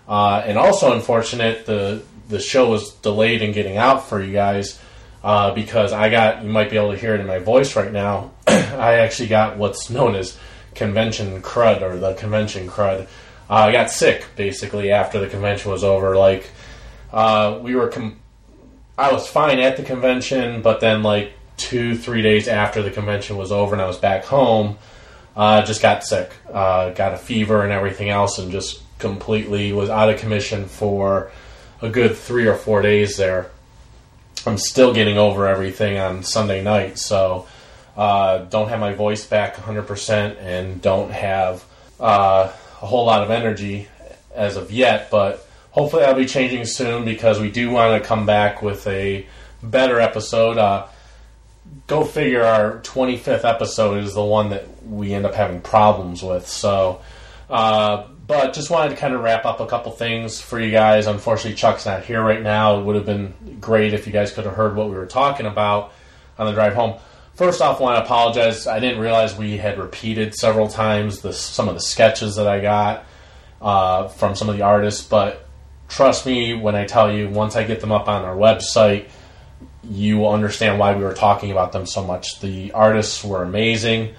I: Uh, and also unfortunate, the the show was delayed in getting out for you guys uh, because I got you might be able to hear it in my voice right now. I actually got what's known as convention crud or the convention crud. Uh, I got sick basically after the convention was over. Like uh, we were com- I was fine at the convention, but then like two, three days after the convention was over and I was back home, uh, just got sick, uh, got a fever and everything else, and just completely was out of commission for a good three or four days there. I'm still getting over everything on Sunday night, so uh, don't have my voice back 100% and don't have uh, a whole lot of energy as of yet, but hopefully that'll be changing soon because we do want to come back with a better episode. Uh, go figure our 25th episode is the one that we end up having problems with. So, uh, but just wanted to kind of wrap up a couple things for you guys. Unfortunately, Chuck's not here right now. It would have been great if you guys could have heard what we were talking about on the drive home. First off, want to apologize. I didn't realize we had repeated several times the, some of the sketches that I got uh, from some of the artists, but trust me when I tell you, once I get them up on our website, you understand why we were talking about them so much. The artists were amazing.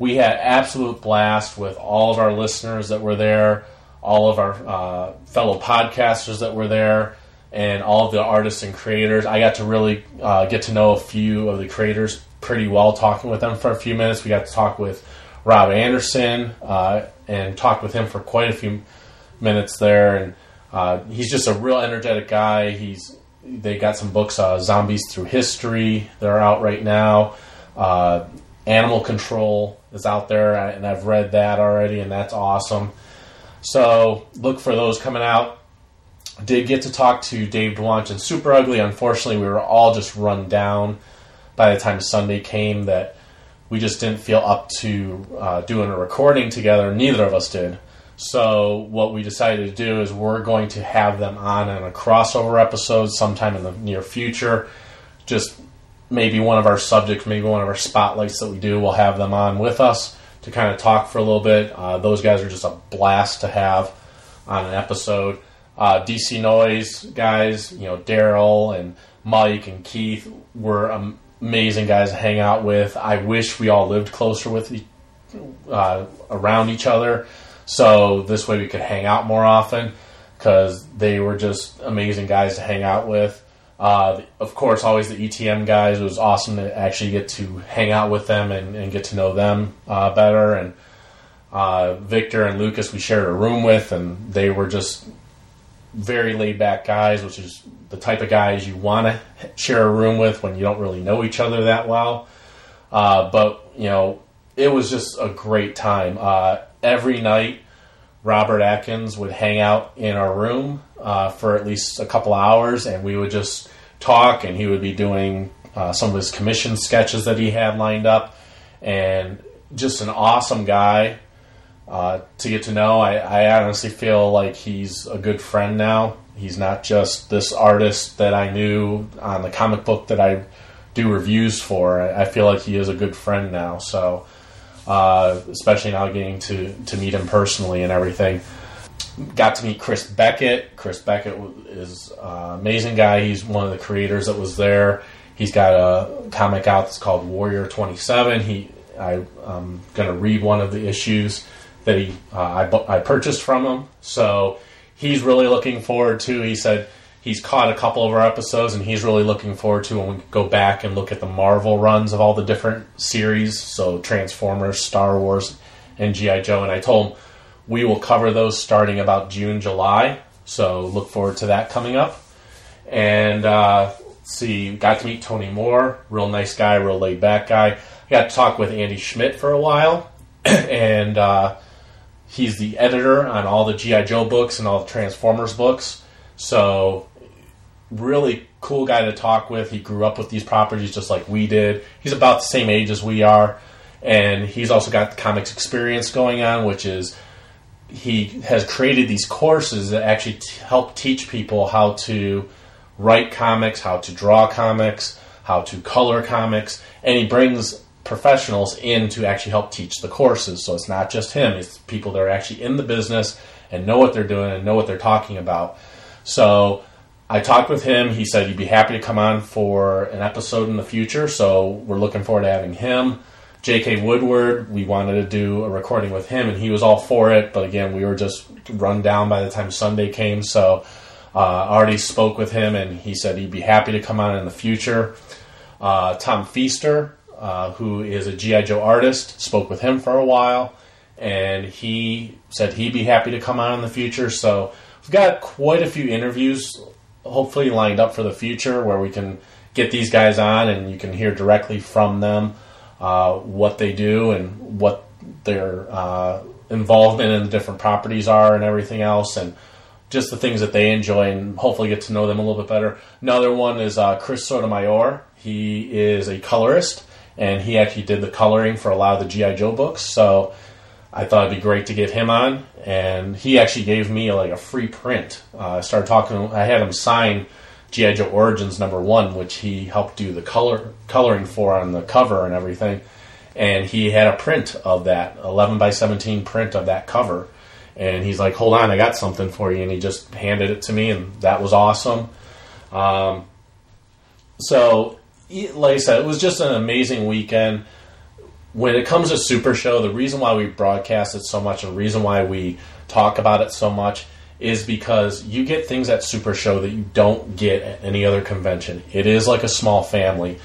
I: We had absolute blast with all of our listeners that were there, all of our uh, fellow podcasters that were there, and all of the artists and creators. I got to really uh, get to know a few of the creators pretty well, talking with them for a few minutes. We got to talk with Rob Anderson uh, and talked with him for quite a few minutes there, and uh, he's just a real energetic guy. He's they got some books, uh, Zombies Through History, that are out right now. Uh, Animal Control is out there, and I've read that already, and that's awesome. So look for those coming out. Did get to talk to Dave Dwanch and Super Ugly. Unfortunately, we were all just run down by the time Sunday came that we just didn't feel up to uh, doing a recording together. Neither of us did. So what we decided to do is we're going to have them on in a crossover episode sometime in the near future. Just maybe one of our subjects, maybe one of our spotlights that we do, we'll have them on with us to kind of talk for a little bit. Uh, those guys are just a blast to have on an episode. Uh, DC Noise guys, you know Daryl and Mike and Keith were am- amazing guys to hang out with. I wish we all lived closer with each uh, around each other. So this way we could hang out more often because they were just amazing guys to hang out with. Uh, of course, always the ETM guys. It was awesome to actually get to hang out with them and, and get to know them uh, better. And uh, Victor and Lucas, we shared a room with, and they were just very laid back guys, which is the type of guys you want to share a room with when you don't really know each other that well. Uh, but you know, it was just a great time. Uh, every night, Robert Atkins would hang out in our room uh, for at least a couple hours, and we would just talk. And he would be doing uh, some of his commission sketches that he had lined up, and just an awesome guy uh, to get to know. I, I honestly feel like he's a good friend now. He's not just this artist that I knew on the comic book that I do reviews for. I, I feel like he is a good friend now. So, uh, especially now getting to, to meet him personally and everything. Got to meet Chris Beckett. Chris Beckett w- is uh, amazing guy. He's one of the creators that was there. He's got a comic out that's called Warrior Twenty Seven. He I, I'm going to read one of the issues that he uh, I, bu- I purchased from him. So he's really looking forward to. He said he's caught a couple of our episodes and he's really looking forward to when we go back and look at the Marvel runs of all the different series, so Transformers, Star Wars, and GI Joe. And I told him we will cover those starting about June, July. So look forward to that coming up. And uh, let's see, got to meet Tony Moore, real nice guy, real laid back guy. I got to talk with Andy Schmidt for a while, and uh, he's the editor on all the GI Joe books and all the Transformers books. So really cool guy to talk with. He grew up with these properties just like we did. He's about the same age as we are, and he's also got the comics experience going on, which is he has created these courses that actually t- help teach people how to write comics, how to draw comics, how to color comics, and he brings professionals in to actually help teach the courses. So it's not just him, it's people that are actually in the business and know what they're doing and know what they're talking about. So I talked with him. He said he'd be happy to come on for an episode in the future. So we're looking forward to having him. J.K. Woodward, we wanted to do a recording with him, and he was all for it. But again, we were just run down by the time Sunday came. So uh, I already spoke with him, and he said he'd be happy to come on in the future. Uh, Tom Feaster, uh, who is a G.I. Joe artist, spoke with him for a while, and he said he'd be happy to come on in the future. So we've got quite a few interviews hopefully lined up for the future where we can get these guys on and you can hear directly from them uh, what they do and what their uh, involvement in the different properties are and everything else and just the things that they enjoy and hopefully get to know them a little bit better. Another one is uh, Chris Sotomayor. He is a colorist and he actually did the coloring for a lot of the G.I. Joe books. So I thought it'd be great to get him on, and he actually gave me like a free print. Uh, I started talking. I had him sign GI Joe Origins number one, which he helped do the color coloring for on the cover and everything. And he had a print of that eleven by seventeen print of that cover. And he's like, "Hold on, I got something for you." And he just handed it to me, and that was awesome. Um, So, e- like I said, it was just an amazing weekend. When it comes to Super Show, the reason why we broadcast it so much, the reason why we talk about it so much, is because you get things at Super Show that you don't get at any other convention. It is like a small family.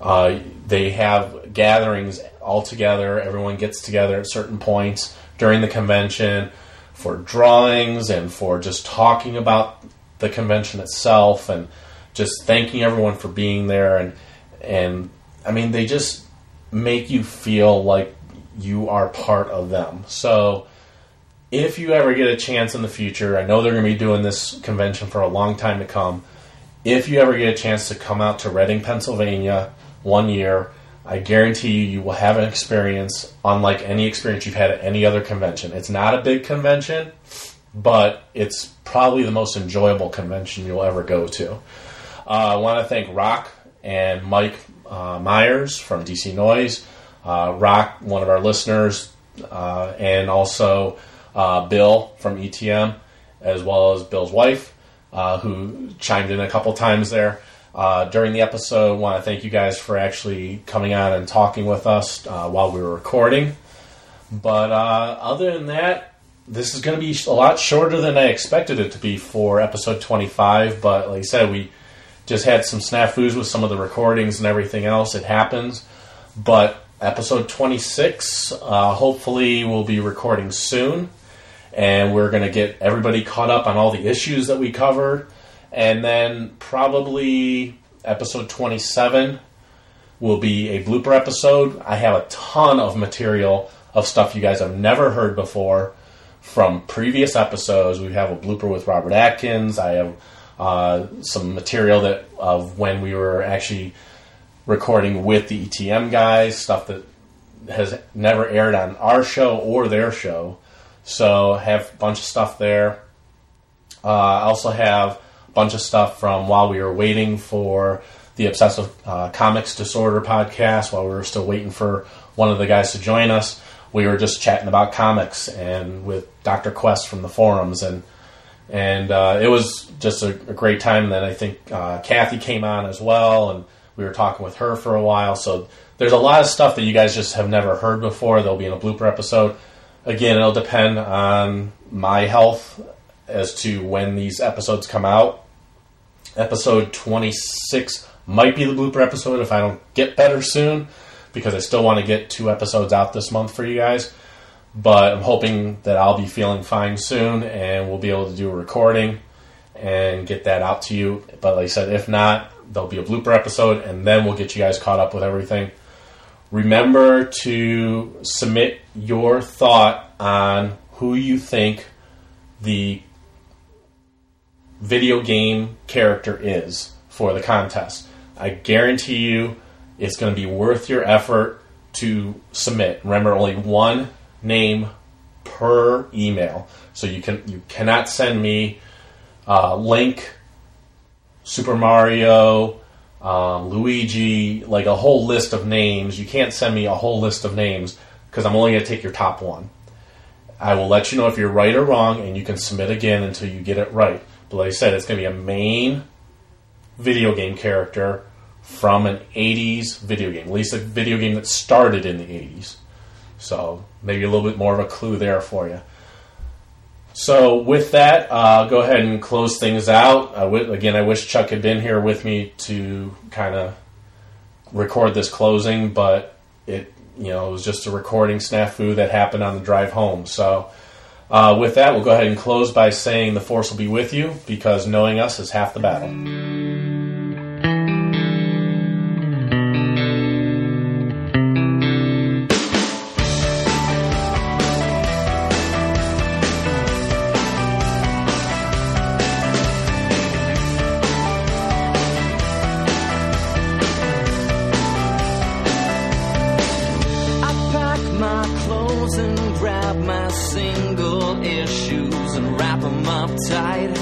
I: Uh, they have gatherings all together. Everyone gets together at certain points during the convention for drawings and for just talking about the convention itself and just thanking everyone for being there and and I mean they just make you feel like you are part of them. So if you ever get a chance in the future, I know they're going to be doing this convention for a long time to come. If you ever get a chance to come out to Reading, Pennsylvania, one year, I guarantee you, you will have an experience unlike any experience you've had at any other convention. It's not a big convention, but it's probably the most enjoyable convention you'll ever go to. Uh, I want to thank Rock and Mike uh, Myers from DC Noise, uh, Rock, one of our listeners, uh, and also uh, Bill from ETM, as well as Bill's wife, uh, who chimed in a couple times there. Uh, during the episode, want to thank you guys for actually coming on and talking with us uh, while we were recording. But uh, other than that, this is going to be a lot shorter than I expected it to be for episode 25. But like I said, we just had some snafus with some of the recordings and everything else. It happens. But episode 26, uh, hopefully, we'll be recording soon. And we're going to get everybody caught up on all the issues that we covered. And then probably episode 27 will be a blooper episode. I have a ton of material of stuff you guys have never heard before from previous episodes. We have a blooper with Robert Atkins. I have uh, some material that of when we were actually recording with the ETM guys, stuff that has never aired on our show or their show. So I have a bunch of stuff there. Uh, I also have a bunch of stuff from while we were waiting for the Obsessive uh, Comics Disorder podcast, while we were still waiting for one of the guys to join us. We were just chatting about comics and with Dr. Quest from the forums, and and uh, it was just a, a great time. Then I think uh, Kathy came on as well, and we were talking with her for a while. So there's a lot of stuff that you guys just have never heard before. There'll be in a blooper episode. Again, it'll depend on my health as to when these episodes come out. Episode 26 might be the blooper episode if I don't get better soon, because I still want to get two episodes out this month for you guys. But I'm hoping that I'll be feeling fine soon and we'll be able to do a recording and get that out to you. But like I said, if not, there'll be a blooper episode and then we'll get you guys caught up with everything. Remember to submit your thought on who you think the video game character is for the contest. I guarantee you it's going to be worth your effort to submit. Remember, only one name per email. So you can you cannot send me uh, Link, Super Mario, um, Luigi, like a whole list of names. You can't send me a whole list of names because I'm only going to take your top one. I will let you know if you're right or wrong, and you can submit again until you get it right. But like I said, it's going to be a main video game character from an 80s video game, at least a video game that started in the 80s. So maybe a little bit more of a clue there for you. So with that, uh, go ahead and close things out. I w- again, I wish Chuck had been here with me to kind of record this closing, but it you know it was just a recording snafu that happened on the drive home. So uh, with that, we'll go ahead and close by saying the force will be with you because knowing us is half the battle.
J: I pack my clothes and grab my single issues and wrap 'em up tight.